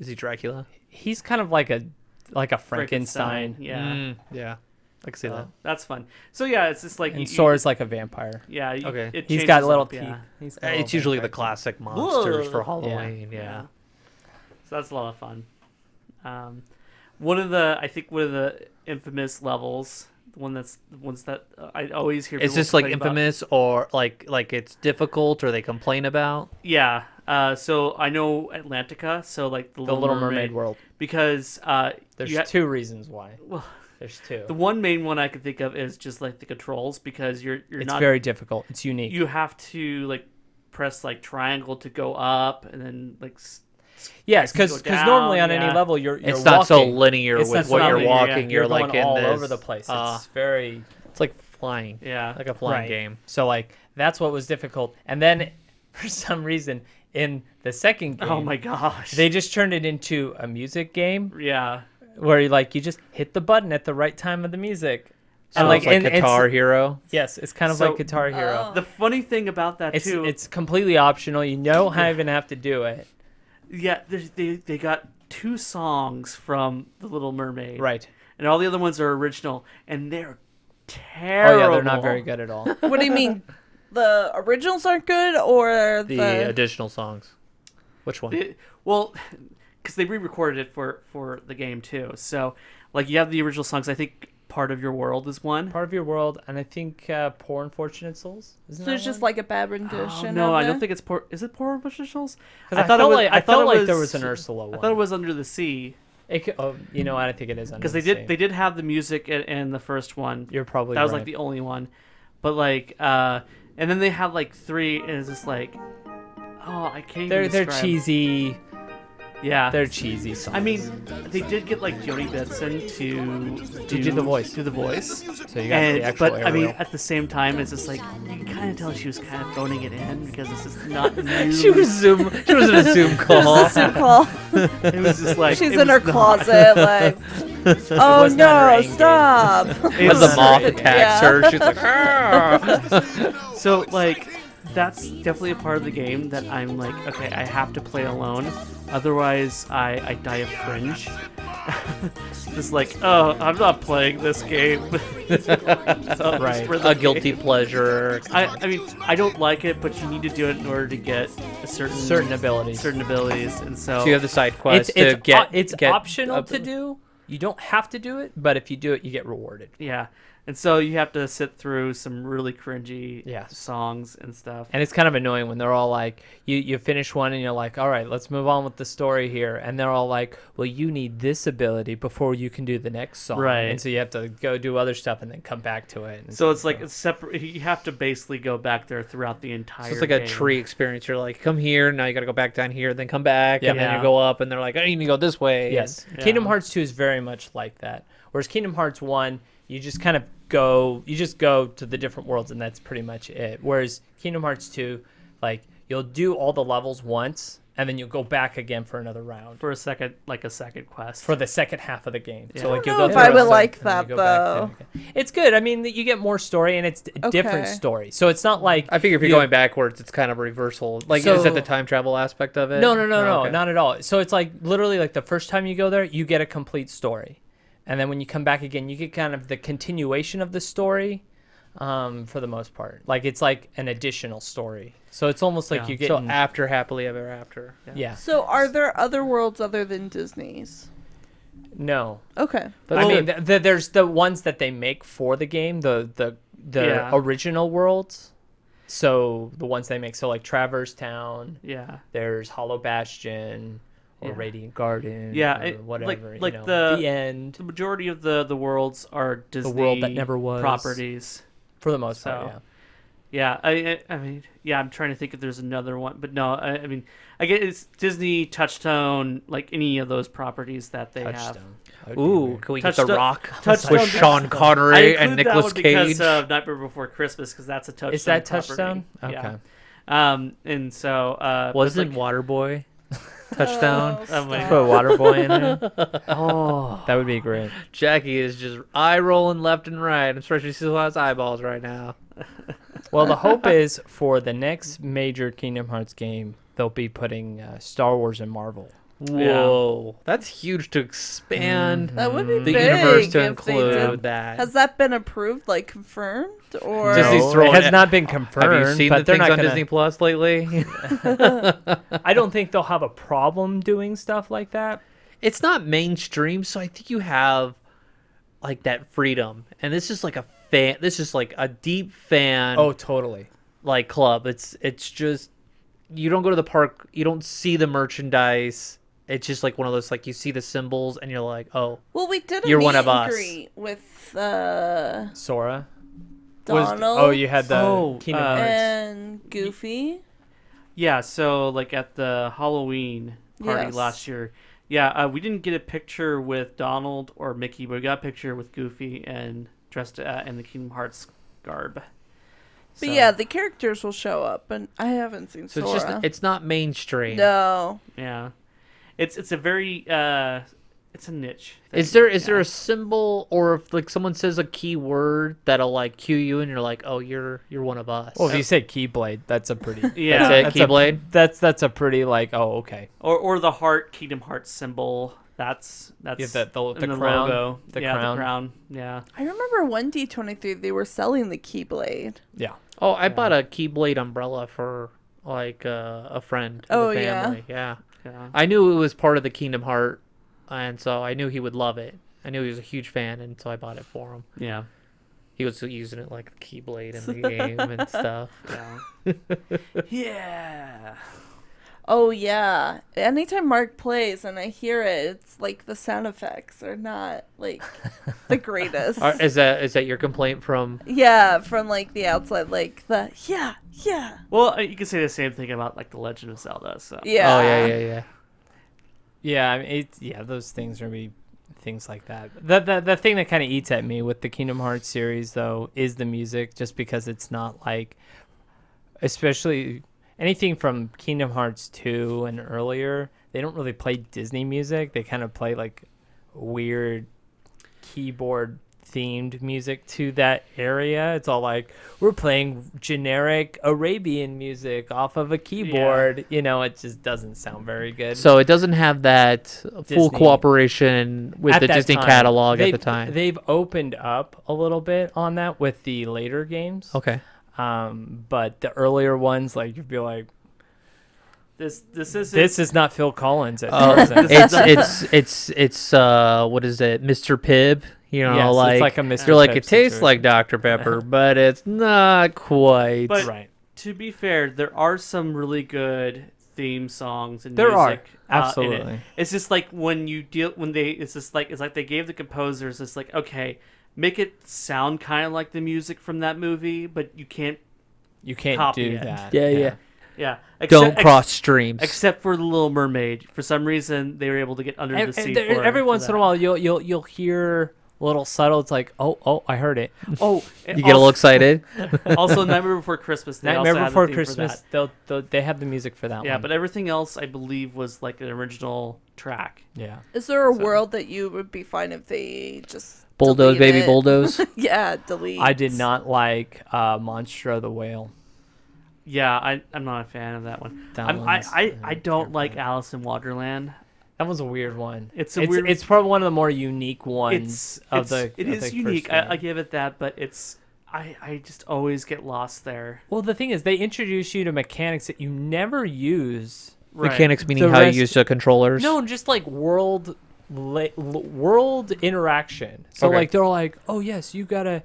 Is he Dracula? He's kind of like a like a Frankenstein, Frankenstein? Yeah, Mm, yeah. I can see So, that. that's fun. So yeah, it's just like you- and you- Sora's like a vampire. yeah, you- Okay. it He's changes got little up, teeth. yeah. He's got Uh, It's little usually the vampire classic monsters for Whoa. Halloween. Yeah. Yeah. So that's a lot of fun. Um, one of the I think one of the infamous levels, the one that's the ones that uh, I always hear. It's people just like complain about. infamous or like like it's difficult or they complain about. Yeah. Uh, so I know Atlantica. So like the, things. The Little Mermaid, world. because uh, There's you ha- two reasons why. Well, There's two. the one main one I could think of is just like the controls because you're you're it's not very difficult. It's unique. you have to like press like triangle to go up and then like s- yes, go because normally down, on yeah. any level you're, you're it's not so walking. linear It's with not what so you're linear, yeah. walking. You're, You're, going like in all this, over the place. uh, it's very it's like flying, yeah like a flying Right. game. So like that's what was difficult. And then for some reason in the second game, oh my gosh they just turned it into a music game yeah where you like you just hit the button at the right time of the music. So and like, like, it's like and it's- Guitar Hero. yes, it's kind of So- like Guitar Hero. Oh. the funny thing about that it's too it's completely optional. You don't even have to do it. yeah there's- they they got two songs from The Little Mermaid. Right. And all the other ones are original, and they're Oh terrible. yeah, they're not very good at all. What do you mean? The originals aren't good, or the, The uh, additional songs. Which one? It- well, because they re-recorded it for for the game too. So, like, you have the original songs. I think part of your world is one. Part of your world, and I think uh, poor unfortunate souls. Isn't so it's just like a bad rendition. Oh, no, of I it? don't think it's poor. Is it poor professionals? because I, thought it was, I, thought like there was an Ursula one. I thought it was Under the Sea It could, oh, you know, I don't think it is because they did they did have the music in, in the first one. You're probably that was right. like the only one, but like, uh and then they had like three, and it's just like, oh, I can't. they're even they're describe. cheesy. Ah, Yeah, They're cheesy songs. I mean, they did get like Jody Benson to do, do the voice. Do the voice. so you got the And, actual but I mean, aerial. at the same time, it's just like you can kind of tell she was kind of phoning it in because this is not new. She was Zoom. She was in a Zoom call. Zoom call. It was just like She's it in her was not- closet, like, oh was not her no, end game. stop. it As was the not- moth Yeah. attacks her, she's like, "Ah, "Argh." So like that's definitely a part of the game that I'm like, okay, I have to play alone. Otherwise I, I die of cringe. Just like, oh, I'm not playing this game. Right. a guilty pleasure. I, I mean, I don't like it, but you need to do it in order to get a certain certain abilities. certain abilities, and so So you have the side quest it's it's, to get. o- it's get optional up- to do. You don't have to do it, but if you do it, you get rewarded. yeah, and so you have to sit through some really cringy Yeah. songs and stuff. And it's kind of annoying when they're all like, you, you finish one and you're like, all right, let's move on with the story here. And they're all like, well, you need this ability before you can do the next song. Right. And so you have to go do other stuff and then come back to it. And So it's like it's separate. You have to basically go back there throughout the entire. So it's like a game. tree experience. You're like, come here, now you got to go back down here, then come back, and then Yeah. you go up, and they're like, I need to go this way. Yes. Yeah. Kingdom Hearts 2 is very much like that. Whereas Kingdom Hearts 1, you just kind of go, you just go to the different worlds and that's pretty much it. Whereas Kingdom Hearts 2, like you'll do all the levels once and then you'll go back again for another round for a second, like a second quest. for the second half of the game. Yeah. So like I you'll don't go know if I through would some, like and then that, you go back there again. It's good. I mean, that you get more story and it's a different Okay. story. So it's not like I figure if you're you- going backwards, it's kind of a reversal. Like, is So- that the time travel aspect of it? No, no, no, Oh, no, okay. not at all. So it's like literally like the first time you go there, you get a complete story, and then when you come back again, you get kind of the continuation of the story, um, for the most part. Like it's like an additional story. So it's almost like Yeah. you get So after happily ever after. yeah. So, are there other worlds other than Disney's? No, Okay. I mean th- th- there's the ones that they make for the game, the the the Yeah. original worlds. So the ones they make, so like Traverse Town, yeah, there's Hollow Bastion or Yeah. Radiant Garden, Yeah, or it- like- whatever. you like know, the- the end. the majority of the the worlds are Disney world that never was. properties. For the most part, So- yeah. Yeah, I, I I mean, yeah, I'm trying to think if there's another one, but no, I, I mean, I guess it's Disney, Touchstone, like any of those properties that they have. Touchstone. That would be Ooh, weird. can we Touchstone- get the Rock Touchstone with Touchstone. Sean I Connery include and that Nicolas one Cage? because of Nightmare Before Christmas because that's a touchstone. Is that property. touchdown? Okay. Yeah. Um, and so uh, but Wasn't like- Waterboy touchdown? Oh, Oh my stop. Put a water boy in there. oh That would be great. Jackie is just eye rolling left and right. I'm sure she sees a lot of eyeballs right now. Well, the hope is for the next major Kingdom Hearts game, they'll be putting uh, Star Wars and Marvel. Whoa, that's huge to expand That would be the big universe to if they did. include that. Has that been approved, like confirmed, or Disney's No, throwing it has it- not been confirmed. Have you seen but the they're things on not gonna, Disney Plus lately? I don't think they'll have a problem doing stuff like that. it's not mainstream, so I think you have like that freedom. And this is like a fan. This is like a deep fan. Oh, totally. like club. It's it's just you don't go to the park, you don't see the merchandise. It's just like one of those like you see the symbols and you're like, oh, Well, we did a You're meet one of and us. greet with uh, Sora. Was- Donald oh, you had the Oh, Kingdom uh, Hearts. and Goofy. yeah, so like at the Halloween party Yes. last year, yeah, uh, we didn't get a picture with Donald or Mickey, but we got a picture with Goofy and dressed uh, in the Kingdom Hearts garb. But So- yeah, the characters will show up, and I haven't seen so Sora. it's just it's not mainstream. no. Yeah, it's it's a very uh, it's a niche. Is there is there a symbol or if like someone says a key word that'll like cue you and you're like, oh, you're you're one of us. Well, if you say Keyblade, that's a pretty. Yeah. That's it, that's Keyblade? A, that's that's a pretty like. Oh, okay. or or the heart Kingdom Hearts symbol? That's that's Yeah, the- the- in the crown. logo. The yeah, crown. the crown. Yeah. I remember one D twenty three they were selling the Keyblade. Yeah. oh, I bought a Keyblade umbrella for like uh, a friend. Oh, of the yeah? family. yeah. Yeah. I knew it was part of the Kingdom Heart, and so I knew he would love it. I knew he was a huge fan, and so I bought it for him. Yeah. He was using it like the Keyblade in the game and stuff. Yeah. yeah. Oh yeah. Anytime Mark plays and I hear it, it's like the sound effects are not like the greatest. Are- Is that is that your complaint from? yeah, from like the outside, like the yeah, yeah, Well, uh, you can say the same thing about like the Legend of Zelda. So yeah. Oh yeah, yeah, yeah. Yeah. I mean, it, yeah. Those things are gonna be things like that. The the, the thing that kind of eats at me with the Kingdom Hearts series though is the music, just because it's not like, especially anything from Kingdom Hearts two and earlier. They don't really play Disney music. They kind of play like weird keyboard themed music to that area. It's all like we're playing generic Arabian music off of a keyboard. You know, it just doesn't sound very good. So it doesn't have that full Disney. cooperation with At the that Disney time, catalog at they've- the time. they've opened up a little bit on that with the later games. okay. Um, but the earlier ones, like you'd be like, this this is this is not Phil Collins. At Oh, present. it's it's it's it's uh what is it, Mr. Pibb? You know, Yes, it's like, like a Mr. you're like Pibb it tastes situation. like Dr. Pepper, but it's not quite. But- right. Uh, to be fair, there are some really good theme songs and There are, music, uh, in it. absolutely. It's just like when you deal when they it's just like it's like they gave the composers it's like okay, make it sound kind of like the music from that movie, but you can't. You can't Copy do it. that. yeah, yeah, Yeah, Don't except- ex- cross streams. Except for the Little Mermaid, for some reason they were able to get under And, the sea. and there- for- every for once in that. a while, you'll you'll you'll hear little subtle. It's like, oh oh, I heard it. oh, and you get a little also- excited. also Nightmare Before Christmas. They also Nightmare had the Before theme for Christmas. that. They'll, they'll they have the music for that Yeah, one. but everything else I believe was like an original track. yeah. Is there a world that you would be fine if they just bulldoze, delete baby, it? bulldoze. Yeah, delete. I did not like uh, Monstro the Whale. Yeah, I, I'm not a fan of that one. That I'm, I, one's- I, I don't like Alice in Wonderland. That was a weird one. It's a it's, weird- It's probably one of the more unique ones It's, of it's the. it of is the unique. first I, I game. give it that, but it's I, I just always get lost there. Well, the thing is, they introduce you to mechanics that you never use. Right. Mechanics meaning The how rest- you use the controllers. No, just like world, la- l- world interaction. So Okay. like they're like, oh yes, you gotta,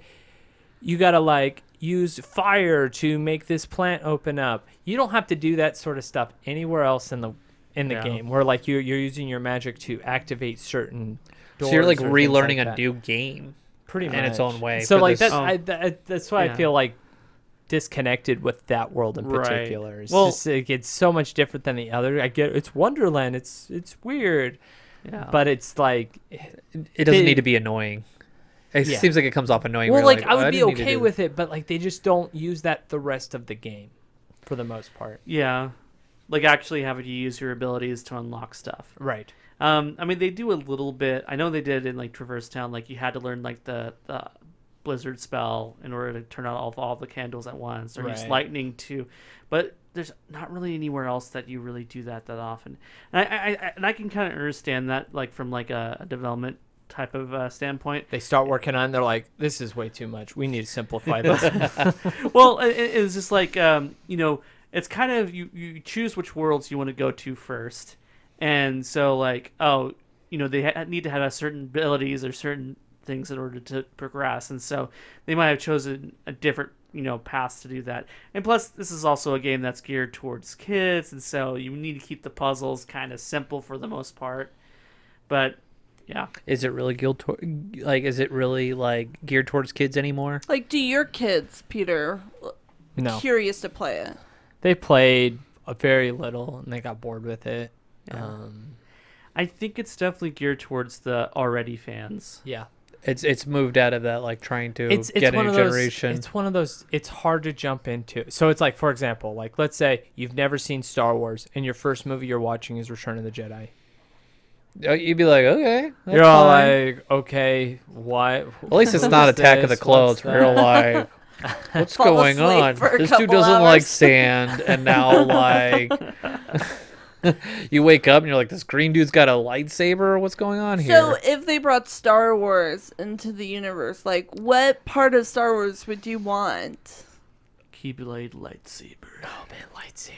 you gotta like use fire to make this plant open up. You don't have to do that sort of stuff anywhere else in the in the No. game. Where like you're you're using your magic to activate certain. so you're like doors or things relearning like a that. new game. pretty much Um, in its own way So for like this- that, I, that, that's why I Yeah. feel like disconnected with that world in Right. particular. It's Well- just, like, it's so much different than the other. I get it's Wonderland. It's it's weird, Yeah. but it's like It doesn't They- need to be annoying. It Yeah. seems like it comes off annoying. well, where you're like, I "Oh, would be didn't need to okay do with it, but like they just don't use that the rest of the game, for the most part. yeah, like actually having to use your abilities to unlock stuff. Right. Um, I mean they do a little bit. I know they did in like Traverse Town. Like you had to learn like the the blizzard spell in order to turn out all, all the candles at once, or use Right. lightning too. But there's not really anywhere else that you really do that that often. And I, I, I and I can kind of understand that like from like a, a development type of uh, standpoint. They start working on. They're like, this is way too much. We need to simplify this. well, it, it- it's just like um, you know, it's kind of you you choose which worlds you want to go to first, and so like oh, you know, they ha- need to have a certain abilities or certain things in order to progress, and so they might have chosen a different you know path to do that. And plus, this is also a game that's geared towards kids, and so you need to keep the puzzles kind of simple for the most part, but. Yeah, it. Is it really geared toward, like is it really like geared towards kids anymore? Like, do your kids, Peter, l- no, curious to play it? they played a very little and they got bored with it. Yeah. Um, I think it's definitely geared towards the already fans. yeah. It's it's moved out of that like trying to it's, it's get one a new of those, generation. It's one of those. It's hard to jump into. So it's like, for example, like let's say you've never seen Star Wars, and your first movie you're watching is Return of the Jedi. Uh, You'd be like, okay, that's You're all fine. like, okay, why? At least it's what not is Attack of the this? Clones. What's where You're that? like, what's Fall going asleep on? for a This dude couple doesn't like hours. sand, and now like, you wake up and you're like, this green dude's got a lightsaber. What's going on here? So, if they brought Star Wars into the universe, like what part of Star Wars would you want? Keyblade lightsaber. Oh man, lightsaber.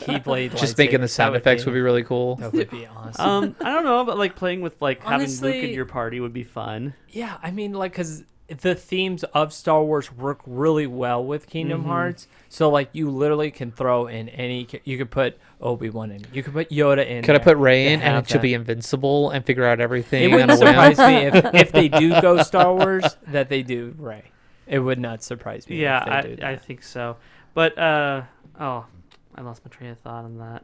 Keyblade. Just making lightsaber. the That sound would effects be, would be really cool. That would be awesome. Um, I don't know, but like playing with like having Luke Honestly- in your party would be fun. Yeah, I mean, like, because the themes of Star Wars work really well with Kingdom Mm-hmm. Hearts. So, like, you literally can throw in any. ca- You could put Obi Wan in. You could put Yoda in. Could I there put Ray to in and have it should that. be invincible and figure out everything? It on a wouldn't whim? surprise me if, if they do go Star Wars that they do Ray. It would not surprise me. Yeah, if they do I, I that. think so. But uh, oh, I lost my train of thought on that.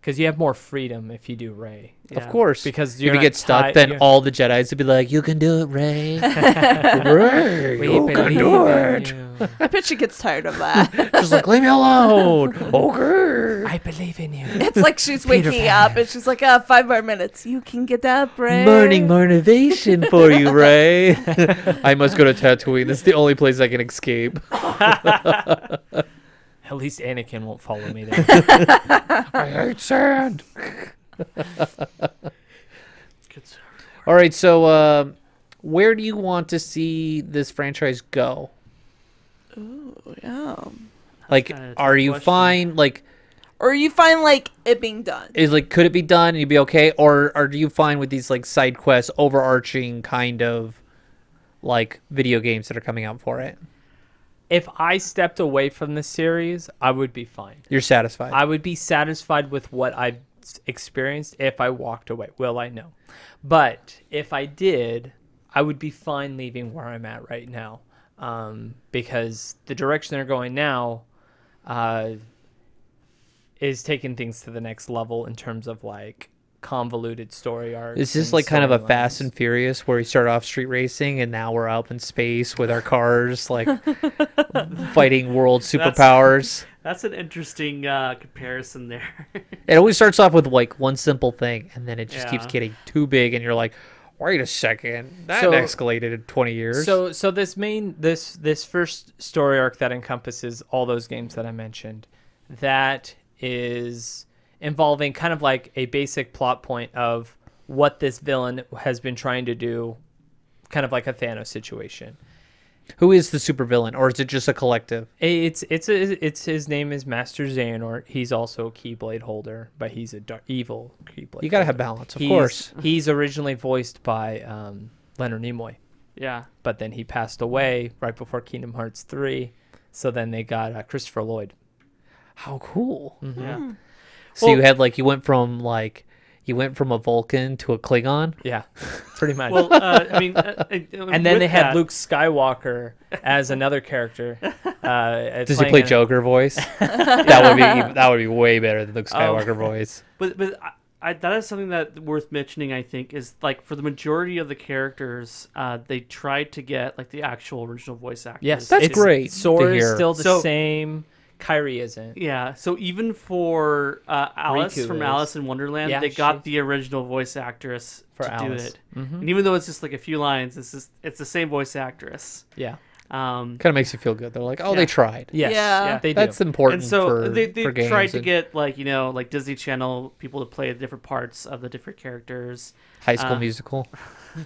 because you have more freedom if you do Ray. Of Yeah. course. Because if you're you not get stuck, tied- then you're- all the Jedi's would be like, "You can do it, Ray. Ray, We you can believe do in it." you. I bet she gets tired of that. Just like leave me alone. Okay. I believe in you. it's like she's Peter waking Pan. up and she's like, ah, five more minutes. You can get up, right? Morning motivation for you, Ray. I must go to Tatooine. That's the only place I can escape. At least Anakin won't follow me there. I hate sand. Good stuff. All right, so uh, where do you want to see this franchise go? Yeah. Like, kinda a tough are you question. fine? Like, Or you find like it being done. is like could it be done and you'd be okay or are you fine with these like side quests overarching kind of like video games that are coming out for it if I stepped away from the series, I would be fine. you're satisfied I would be satisfied with what I've s- experienced if I walked away. Will I know? But if I did, I would be fine leaving where I'm at right now um, because the direction they're going now uh, is taking things to the next level in terms of like convoluted story arcs. is this and like kind of a storylines. fast and furious where we start off street racing and now we're up in space with our cars like fighting world superpowers That's an interesting uh, comparison there. it always starts off with like one simple thing and then it just keeps Yeah. getting too big and you're like wait a second that So- escalated in 20 years So so this main this this first story arc that encompasses all those games that I mentioned, that is involving kind of like a basic plot point of what this villain has been trying to do, kind of like a Thanos situation. who is the supervillain or is it just a collective It's it's a, it's his name is Master Xehanort. He's also a Keyblade holder, but he's a dark, evil Keyblade. you holder. gotta have balance of He's- course He's originally voiced by um, Leonard Nimoy. yeah. but then he passed away right before Kingdom Hearts 3. So then they got uh, Christopher Lloyd. How cool. Mm-hmm. Yeah. So you Well- had like you went from like you went from a Vulcan to a Klingon. Yeah, pretty much. Well, uh, I mean, uh, and, and then they had Luke Skywalker as another character. Uh, Does he play Joe? Joker voice? that would be even- that would be way better than Oh. Luke Skywalker voice. But but I, I, that is something that worth mentioning. I think is like for the majority of the characters, uh, they tried to get like the actual original voice actors. Yes, That's It's- it's- great to Sora's hear. still the So- same. Kyrie isn't. Yeah. So even for uh, Alice Riku from is. Alice in Wonderland, Yeah, they got she- the original voice actress For to Alice. do it. Mm-hmm. And even though it's just like a few lines, it's just it's the same voice actress. Yeah. Um, Kind of makes you feel good. They're like, oh, Yeah. they tried. Yes, Yeah. yeah. they do. That's important and so for they, they for games. tried to and get like you know like Disney Channel people to play different parts of the different characters. High School uh, Musical.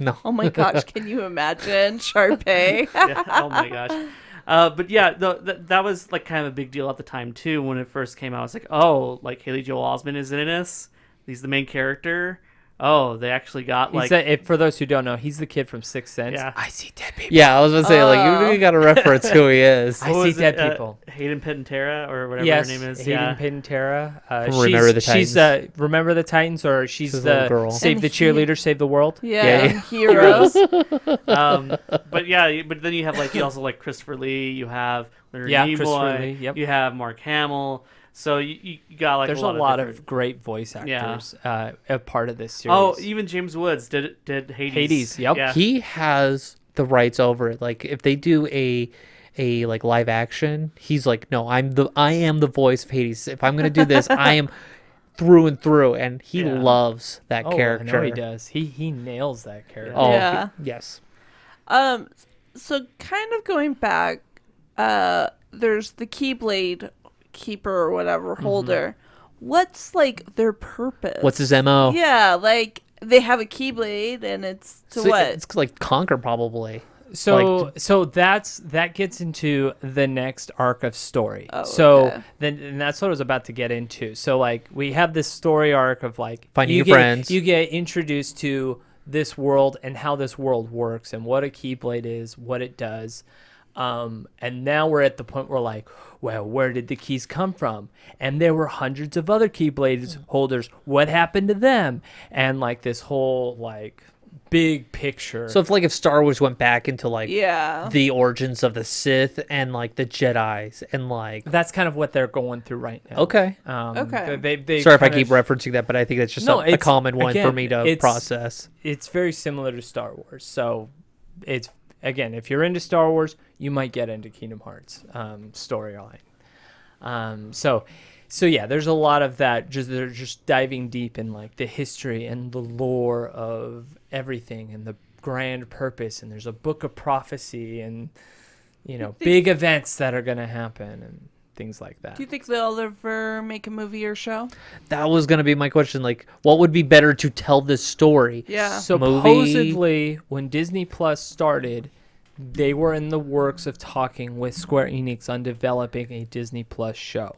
No, Oh my gosh, can you imagine Sharpay? yeah. Oh my gosh. Uh, but yeah, the, the, that was like kind of a big deal at the time too when it first came out. It's like, oh, like Haley Joel Osment is in this. He's the main character. Oh, they actually got He's like a- if- for those who don't know, he's the kid from Sixth Sense. Yeah. I see dead people. yeah, I was gonna say like you, Oh. you got to reference who he is. I what see was dead uh, people. Hayden Panettiera or whatever yes, her name is. Hayden yeah. Pintera. Uh, From she's, Remember the She's uh, Remember the Titans, or she's, She's a little the girl. Save And the he- Cheerleader, Save the World. Yeah, Yeah, yeah. and heroes. um, but yeah, you- but then you have like you also like Christopher Lee. You have Leonard Yeah, Christopher Nimoy. Lee, yep. You have Mark Hamill. So you, you- you got like There's a lot, of, of, different- great voice Yeah. actors uh, a part of this series. Oh, even James Woods did did Hades. Hades, yep. Yeah. He has the rights over it. Like if they do a a like live action, he's like, no, I'm the I am the voice of Hades. If I'm gonna do this, I am through and through, and he Yeah. loves that Oh, character. I know he does. He he nails that character. Oh, Yeah. yes. Um, so kind of going back, uh, there's the Keyblade keeper or whatever holder. What's like their purpose? Mm-hmm. What's his mo? Yeah, like they have a Keyblade and it's to So what? It's like conquer probably. So Like- so that's that gets into the next arc of story. so okay. then and that's what I was about to get into. So like we have this story arc of like Finding you your get, friends. You get introduced to this world and how this world works and what a keyblade is, what it does. Um, and now we're at the point where like, well, where did the keys come from? And there were hundreds of other keyblades holders. What happened to them? And like this whole like big picture. So if like if Star Wars went back into like yeah. the origins of the Sith and like the Jedi's and like that's kind of what they're going through right now. okay. Um, Okay. They, they Sorry if I kind keep of- referencing that, but I think that's just No, a, a it's- common one for again, me to it's- process. It's very similar to Star Wars. So it's again, if you're into Star Wars, you might get into Kingdom Hearts um, storyline. Um, so, so yeah, there's a lot of that. Just they're just diving deep in like the history and the lore of everything and the grand purpose. And there's a book of prophecy and you know big events that are gonna happen and things like that. Do you think they'll ever make a movie or show? That was gonna be my question. Like, what would be better to tell this story? Yeah. Movie? Supposedly, when Disney Plus started, they were in the works of talking with Square Enix on developing a Disney Plus show.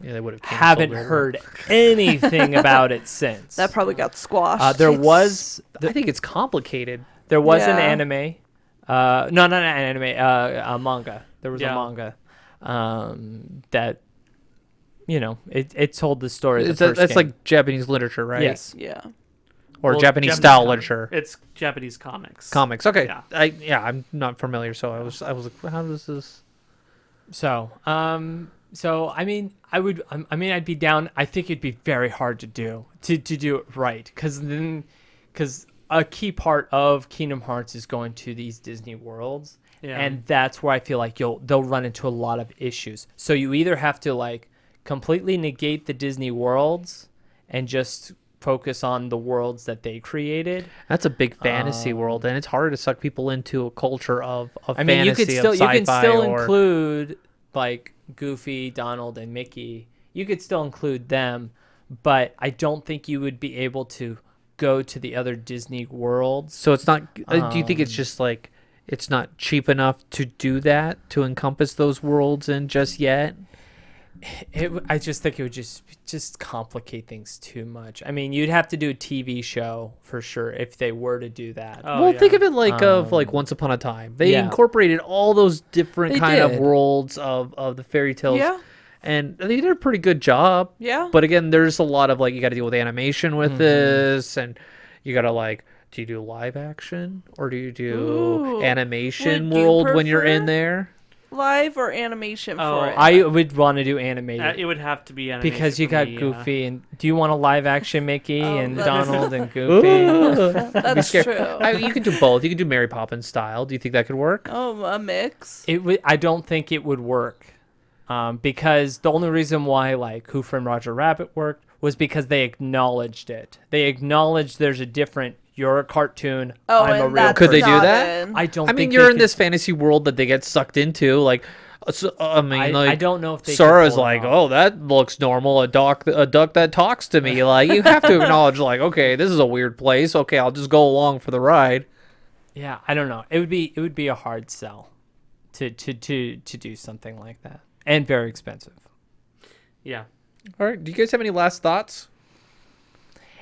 Yeah, they would have. canceled Haven't it. heard anything about it since. That probably got squashed. uh, there was I think it's complicated. there was an Yeah. anime. Uh, no, not an anime. Uh, a manga. There was Yeah. a manga um, that you know it, it told the story. of the It's a, first that's game. like Japanese literature, right? yes. yeah. Or Well, Japanese, style comic- literature. It's Japanese comics. Comics. Okay. Yeah. I yeah, I'm not familiar, so I was I was like, how does this? So, um, so I mean, I would, I I mean, I'd be down. I think it'd be very hard to do to to do it right, because then, because a key part of Kingdom Hearts is going to these Disney worlds, Yeah. and that's where I feel like you'll they'll run into a lot of issues. So you either have to like completely negate the Disney worlds and just focus on the worlds that they created. That's a big fantasy world, and it's hard to suck people into a culture of of Um, I mean, you fantasy could still of you sci-fi can still or include like Goofy, Donald, and Mickey. You could still include them, but I don't think you would be able to go to the other Disney worlds. So it's not. uh do you think it's Um. just like it's not cheap enough to do that to encompass those worlds in just yet? It, w- I just think it would just just complicate things too much. I mean, you'd have to do a TV show for sure if they were to do that. Oh, well, yeah. think of it like of Um, like Once Upon a Time. They yeah. incorporated all those different They kind of did. worlds of of the fairy tales, Yeah. and they did a pretty good job. Yeah. Mm-hmm. But again, there's a lot of like you got to deal with animation with this, and you got to like. Do you do live action or do you do Ooh. animation Would you world when you're in prefer- there? Live or animation Oh, for it? I would want to do animated. Uh, it would have to be animation because you for got me, yeah. Goofy and do you want a live action Mickey Oh, and that's- Donald and Goofy? That's scared. true. I, you could do both. You could do Mary Poppins style. Do you think that could work? oh, a mix. it would i don't think it would work um, because the only reason why like who framed roger rabbit worked was because they acknowledged it they acknowledged there's a different you're a cartoon Oh, i'm a and real that's Could they do not that? in. i don't I mean, think you're they in could- this fantasy world that they get sucked into. Like, uh, so, I mean, I, like, I don't know if they could Sora's pull it like, off. oh, that looks normal. A duck, a duck that talks to me. Like, you have to acknowledge, like, okay, this is a weird place. Okay, I'll just go along for the ride. yeah i don't know it would be it would be a hard sell to to to to do something like that and very expensive Yeah. All right. Do you guys have any last thoughts?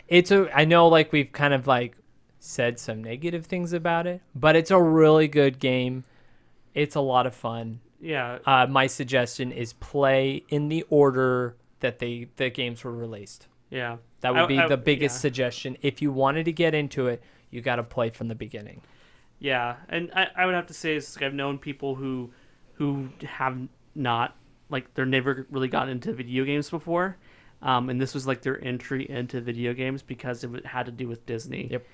it's a i know like we've kind of like said some negative things about it but it's a really good game it's a lot of fun Yeah. uh, my suggestion is play in the order that they the games were released. Yeah. That would I- be I- the biggest yeah. suggestion. If you wanted to get into it, you got to play from the beginning. Yeah, and I, I would have to say is like I've known people who who have not like they're never really gotten into video games before, um, and this was like their entry into video games because it w- had to do with Disney. Yep.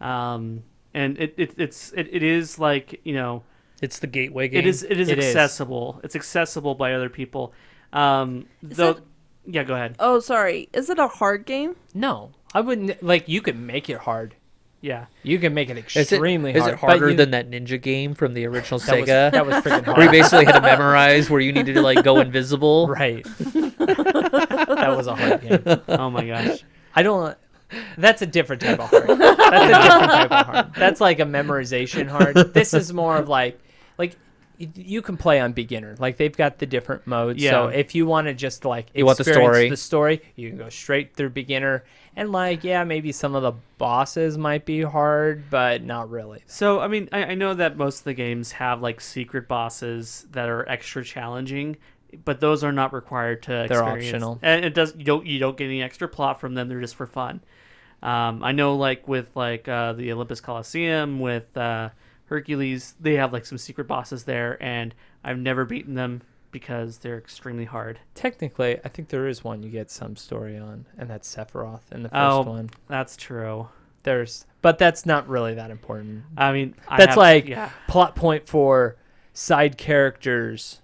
Um, and it, it it's it, it is like you know It's the gateway it is it is It is. accessible. It's accessible by other people. Um, Is though it Yeah, go ahead. Oh, sorry. Is it a hard game? No, I wouldn't. Like you could make it hard. Yeah. You can make it Is it, extremely is hard. it but harder you- than that ninja game from the original that was, Sega? that was freaking where you hard. basically had to memorize where you needed to like go invisible. right. that was a hard game. Oh my gosh. I don't. That's a different type of hard. That's a different type of hard. That's like a memorization hard. This is more of like, like y- you can play on beginner. Like they've got the different modes. So Yeah. if you want to just like You want the experience story. the story, you can go straight through beginner. And like, yeah, maybe some of the bosses might be hard, but not really. So, I mean, I, I know that most of the games have like secret bosses that are extra challenging, but those are not required to. They're experience. optional. and it does you don't you don't get any extra plot from them. They're just for fun. Um, I know, like with like uh, the Olympus Coliseum with uh, Hercules, they have like some secret bosses there, and I've never beaten them because they're extremely hard. Technically, I think there is one you get some story on, and that's Sephiroth in the first Oh. one. That's true. There's, but that's not really that important. I mean, I That's have- like yeah, plot point for side characters,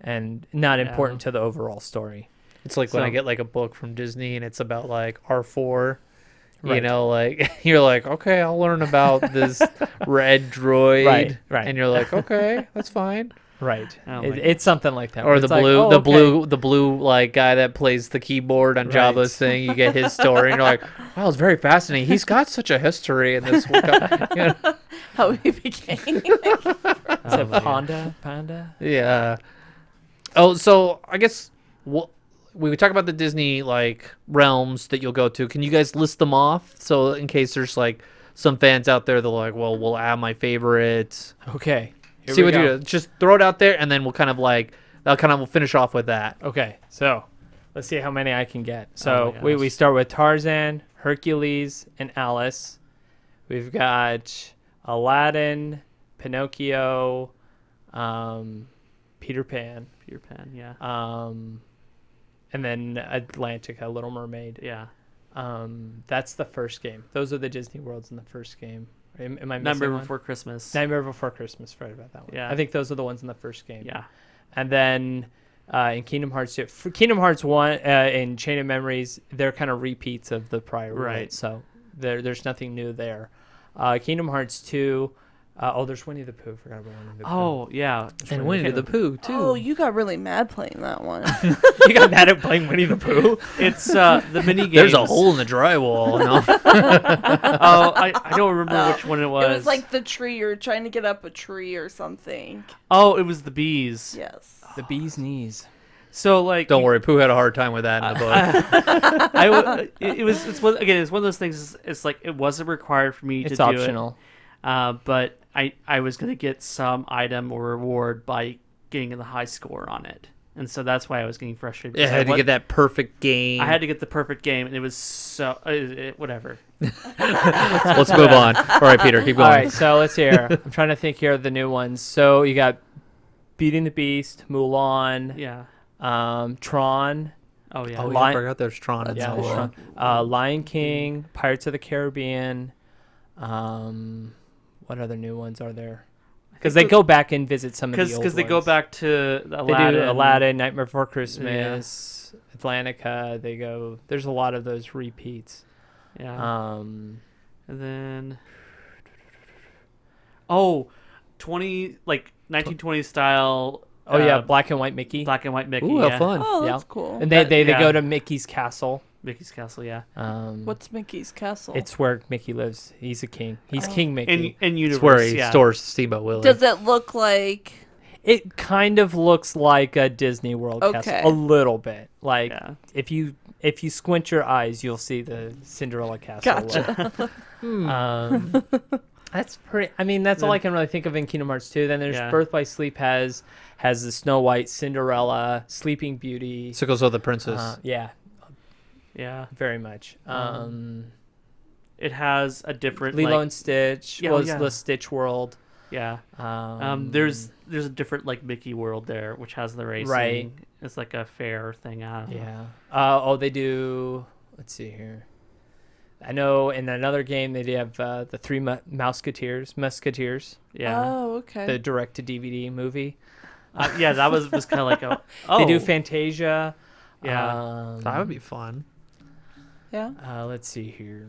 and not important to the overall story. It's like when I So- get like a book from Disney and it's about like R four. You Right. know, like you're like, okay, I'll learn about this red droid, Right, right. And you're like, okay, that's fine. Right. Oh It- my- it's something like that. where Or the it's like, blue, oh, the okay. blue, the blue, like guy that plays the keyboard on Right. Jabba's thing. You get his story, and you're like, wow, it's very fascinating. He's got such a history in this. one guy." You know? How we became? Is it Panda? Panda? Yeah. Oh, so I guess wh- we talk about the Disney like realms that you'll go to. Can you guys list them off? So in case there's like some fans out there that are like, well, we'll add my favorite. Okay. Here See we what go. you do. Just throw it out there, and then we'll kind of like I'll kind of we'll finish off with that. Okay, so let's see how many I can get. So Oh my we, we gosh. start with Tarzan, Hercules, and Alice. We've got Aladdin, Pinocchio, um, Peter Pan, Peter Pan. Yeah, um, and then Atlantica, Little Mermaid. yeah. Um, that's the first game. Those are the Disney worlds in the first game. Am, am I missing Number one? before Christmas. Nightmare Before Christmas. Right about that one. Yeah. I think those are the ones in the first game yeah, and then uh, in Kingdom Hearts 2, for Kingdom Hearts 1 uh, and Chain of Memories, they're kind of repeats of the prior Right. ones, so there, there's nothing new there. Uh, Kingdom Hearts 2, uh, oh, there's Winnie the Pooh. Forgot about Winnie the Pooh. Oh yeah, And Winnie the Pooh too. Oh, you got really mad playing that one. you got mad at playing Winnie the Pooh? it's uh, the mini game. There's a hole in the drywall. No, Oh, I, I don't remember which one it was. It was like the tree. You're trying to get up a tree or something. oh, it was the bees. Yes. The bee's knees. So like, don't worry, Pooh had a hard time with that in the book. I w- it, it was it's one, again. It's one of those things. It's, it's like it wasn't required for me to It's do optional. it, uh, but I I was gonna get some item or reward by getting the high score on it, and so that's why I was getting frustrated. yeah, I because had to wa- get that perfect game. I had to get the perfect game, and it was so uh, it, whatever. Let's move on. All right, Peter, keep All going. right, so let's hear. I'm trying to think here of the new ones. So you got Beating the Beast, Mulan, Yeah. um, Tron. Oh yeah. Oh, yeah, I Lion- forgot there's Tron. in Yeah, that there's one. Tron. Uh, Lion King, Pirates of the Caribbean. Um, what other new ones are there? Because they think the- go back and visit some of the Because old they go ones. back to They Aladdin. do Aladdin, Nightmare Before Christmas, Atlantica. They go. There's a lot of those repeats. Yeah. Um, And then Oh, 20 like 1920s style oh yeah, uh, Black and White Mickey. black and white Mickey. Ooh, yeah. how fun. Oh, Yeah. that's cool. and they That- they, they yeah. go to Mickey's castle. Mickey's Castle, yeah. Um, What's Mickey's castle? it's where Mickey lives. He's a king. He's Oh. King Mickey. And and universe, It's where he yeah. stores Steamboat Willie. Does it look like? It kind of looks like a Disney World Okay. castle, a little bit. Like Yeah. if you if you squint your eyes, you'll see the Cinderella castle. Gotcha. look. Um, that's pretty. I mean, that's all I can really think of in Kingdom Hearts 2. Then there's Yeah. Birth by Sleep has has the Snow White, Cinderella, Sleeping Beauty. Sickles of the Princess. Uh, yeah, Yeah. very much. Um, It has a different Lilo like, and Stitch Yeah, oh, was yeah. the Stitch World. yeah. Um, Um there's there's a different like Mickey world there which has the racing. Right. It's like a fair thing. I don't know. Yeah. Uh, oh, they do. Let's see here. I know in another game they do have uh, the three mu- Mouseketeers, Musketeers, Yeah. Oh, okay. the direct to DVD movie. Uh, yeah, that was was kind of like a oh. They do Fantasia. Yeah. Um, That would be fun. Yeah. Oh, uh, let's see here.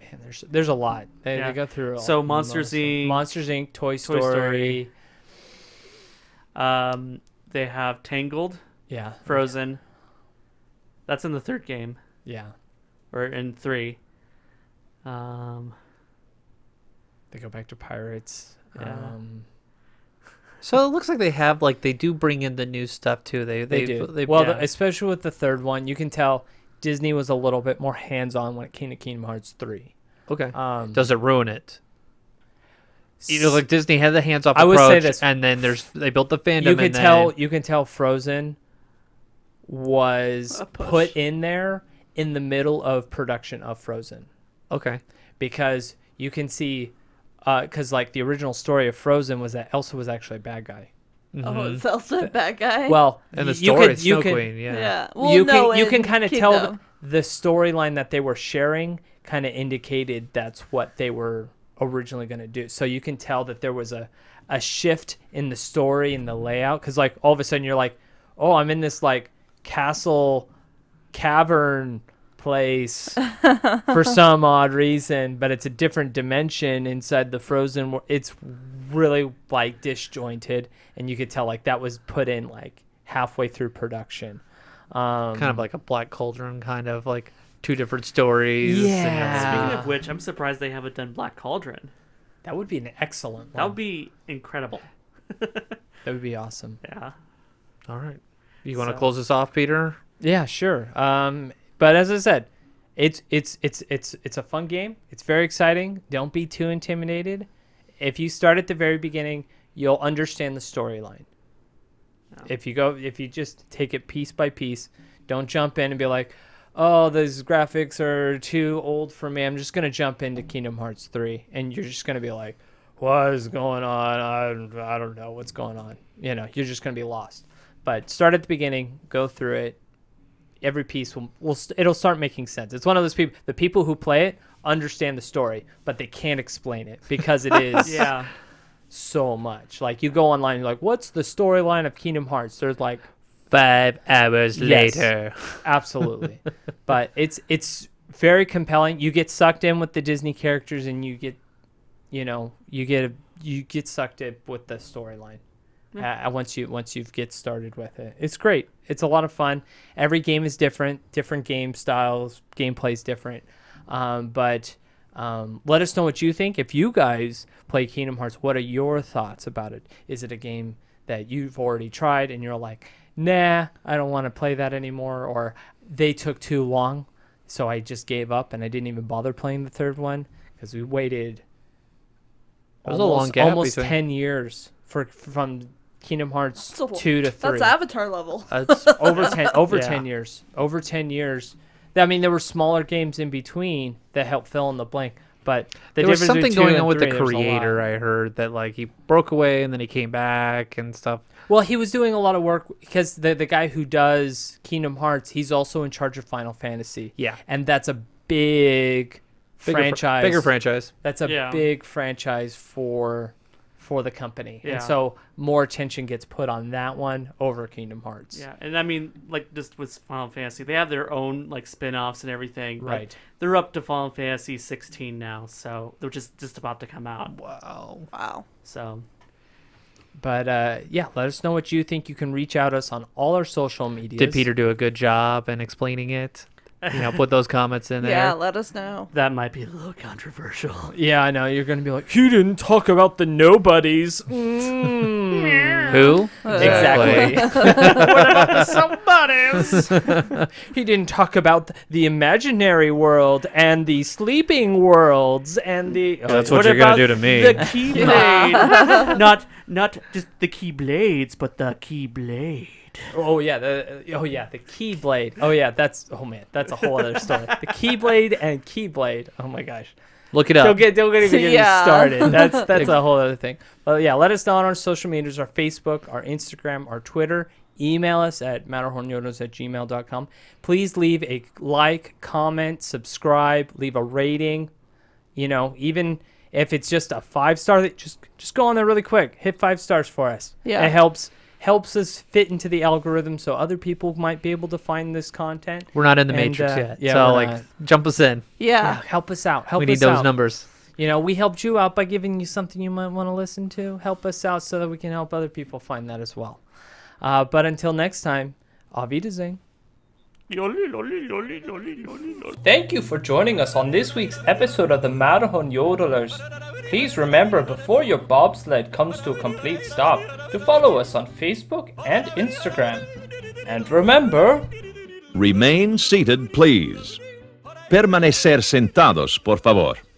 Man, there's there's a lot. They, Yeah. they go through. all- So most Monsters, of- Inc., Monsters Inc. Toy Story. Story. um, they have Tangled, Yeah. Frozen. That's in the third game Yeah. or in three. Um, They go back to pirates. Yeah. Um, So it looks like they have like they do bring in the new stuff too. They they, they, do. They, well, yeah. the, especially with the third one, you can tell Disney was a little bit more hands on when it came to Kingdom Hearts three. okay. Um, Does it ruin it? You know, s- like Disney had the hands off I approach, would say this. and then there's they built the fandom. you can and tell then- you can tell Frozen was A push. put in there in the middle of production of Frozen. Okay. because you can see because like the original story of Frozen was that Elsa was actually a bad guy. Oh, it's also a bad guy. Mm-hmm. Well, And the y- you story, could- Snow you could- Queen. Yeah. yeah. Well, you no, can you can in kind of tell th- Kingdom. the storyline that they were sharing kind of indicated that's what they were originally going to do. So you can tell that there was a a shift in the story and the layout cuz like all of a sudden you're like, "Oh, I'm in this like castle cavern place for some odd reason, but it's a different dimension inside the frozen world. It's really like disjointed and you could tell like that was put in like halfway through production. Um, Kind of like a black cauldron, kind of like two different stories. and Yeah. everything. Speaking Uh, of which, I'm surprised they haven't done Black Cauldron. That would be an excellent. That One. would be incredible. That would be awesome. Yeah. All right. You want to So- close this off, Peter? Yeah, sure. Um, but as I said, it's it's it's it's it's a fun game. It's very exciting. Don't be too intimidated. If you start at the very beginning, you'll understand the storyline. Yeah. If you go, if you just take it piece by piece, don't jump in and be like, "Oh, these graphics are too old for me. I'm just gonna jump into Kingdom Hearts 3," and you're just gonna be like, "What is going on? I I don't know what's going on." You know, you're just gonna be lost. But start at the beginning, go through it, every piece will, will st- it'll start making sense. It's one of those people. The people who play it understand the story, but they can't explain it because it is Yeah. so much. Like you go online, you're like, "What's the storyline of Kingdom Hearts?" There's like, Five hours Yes. later. absolutely, but it's it's very compelling. You get sucked in with the Disney characters, and you get, you know, you get you get sucked in with the storyline. Uh, once you once you get started with it, it's great. It's a lot of fun. Every game is different, different game styles, gameplay is different. Um, but um, let us know what you think. If you guys play Kingdom Hearts, what are your thoughts about it? Is it a game that you've already tried and you're like, nah, I don't want to play that anymore, or they took too long, so I just gave up and I didn't even bother playing the third one because we waited There was a long gap almost between- ten years for from Kingdom Hearts That's a- two to three That's Avatar level. That's over ten over Yeah. ten years over ten years. I mean, there were smaller games in between that helped fill in the blank, but the there was difference something between two going and on with three, the there's a lot. creator. I heard that like he broke away and then he came back and stuff. Well, he was doing a lot of work because the the guy who does Kingdom Hearts, he's also in charge of Final Fantasy. Yeah. and that's a big Bigger fr- franchise. bigger franchise. That's a Yeah. big franchise for for the company, Yeah. and so more attention gets put on that one over Kingdom Hearts. Yeah, and I mean, like just with Final Fantasy, they have their own like spin-offs and everything. but Right. They're up to Final Fantasy 16 now, so they're just just about to come out. Wow. Wow. So But uh, yeah, let us know what you think. You can reach out us on all our social media. Did Peter do a good job in explaining it? You know, put those comments in there. Yeah, let us know. that might be a little controversial. Yeah, I know you're gonna be like, you didn't talk about the nobodies. Mm. Who? exactly. Somebody's. he didn't talk about the imaginary world and the sleeping worlds and the. oh, That's what What what, you're you're gonna about do gonna do to to me. the keyblade, not not just the keyblades, but the keyblade. Oh yeah, the oh yeah, the Keyblade. Oh yeah, that's oh man, that's a whole other story. The Keyblade and Keyblade. Oh my gosh. Look it up. Don't get don't get even get me Yeah. started. That's that's a whole other thing. But yeah, let us know on our social medias, our Facebook, our Instagram, our Twitter. Email us at matterhornyodos at gmail.com. Please leave a like, comment, subscribe, leave a rating. You know, even if it's just a five star, just just go on there really quick. Hit five stars for us. Yeah. It helps helps us fit into the algorithm so other people might be able to find this content. We're not in the And, matrix uh, yet. yeah, so we're like not. jump us in. Yeah, Yeah. help us out. Help we need us those out. numbers. You know, we helped you out by giving you something you might want to listen to. Help us out so that we can help other people find that as well. Uh, but until next time, auf Wiedersehen. Thank you for joining us on this week's episode of the Matterhorn Yodelers. Please remember before your bobsled comes to a complete stop to follow us on Facebook and Instagram. And remember, Remain seated, please. Permanecer sentados, por favor.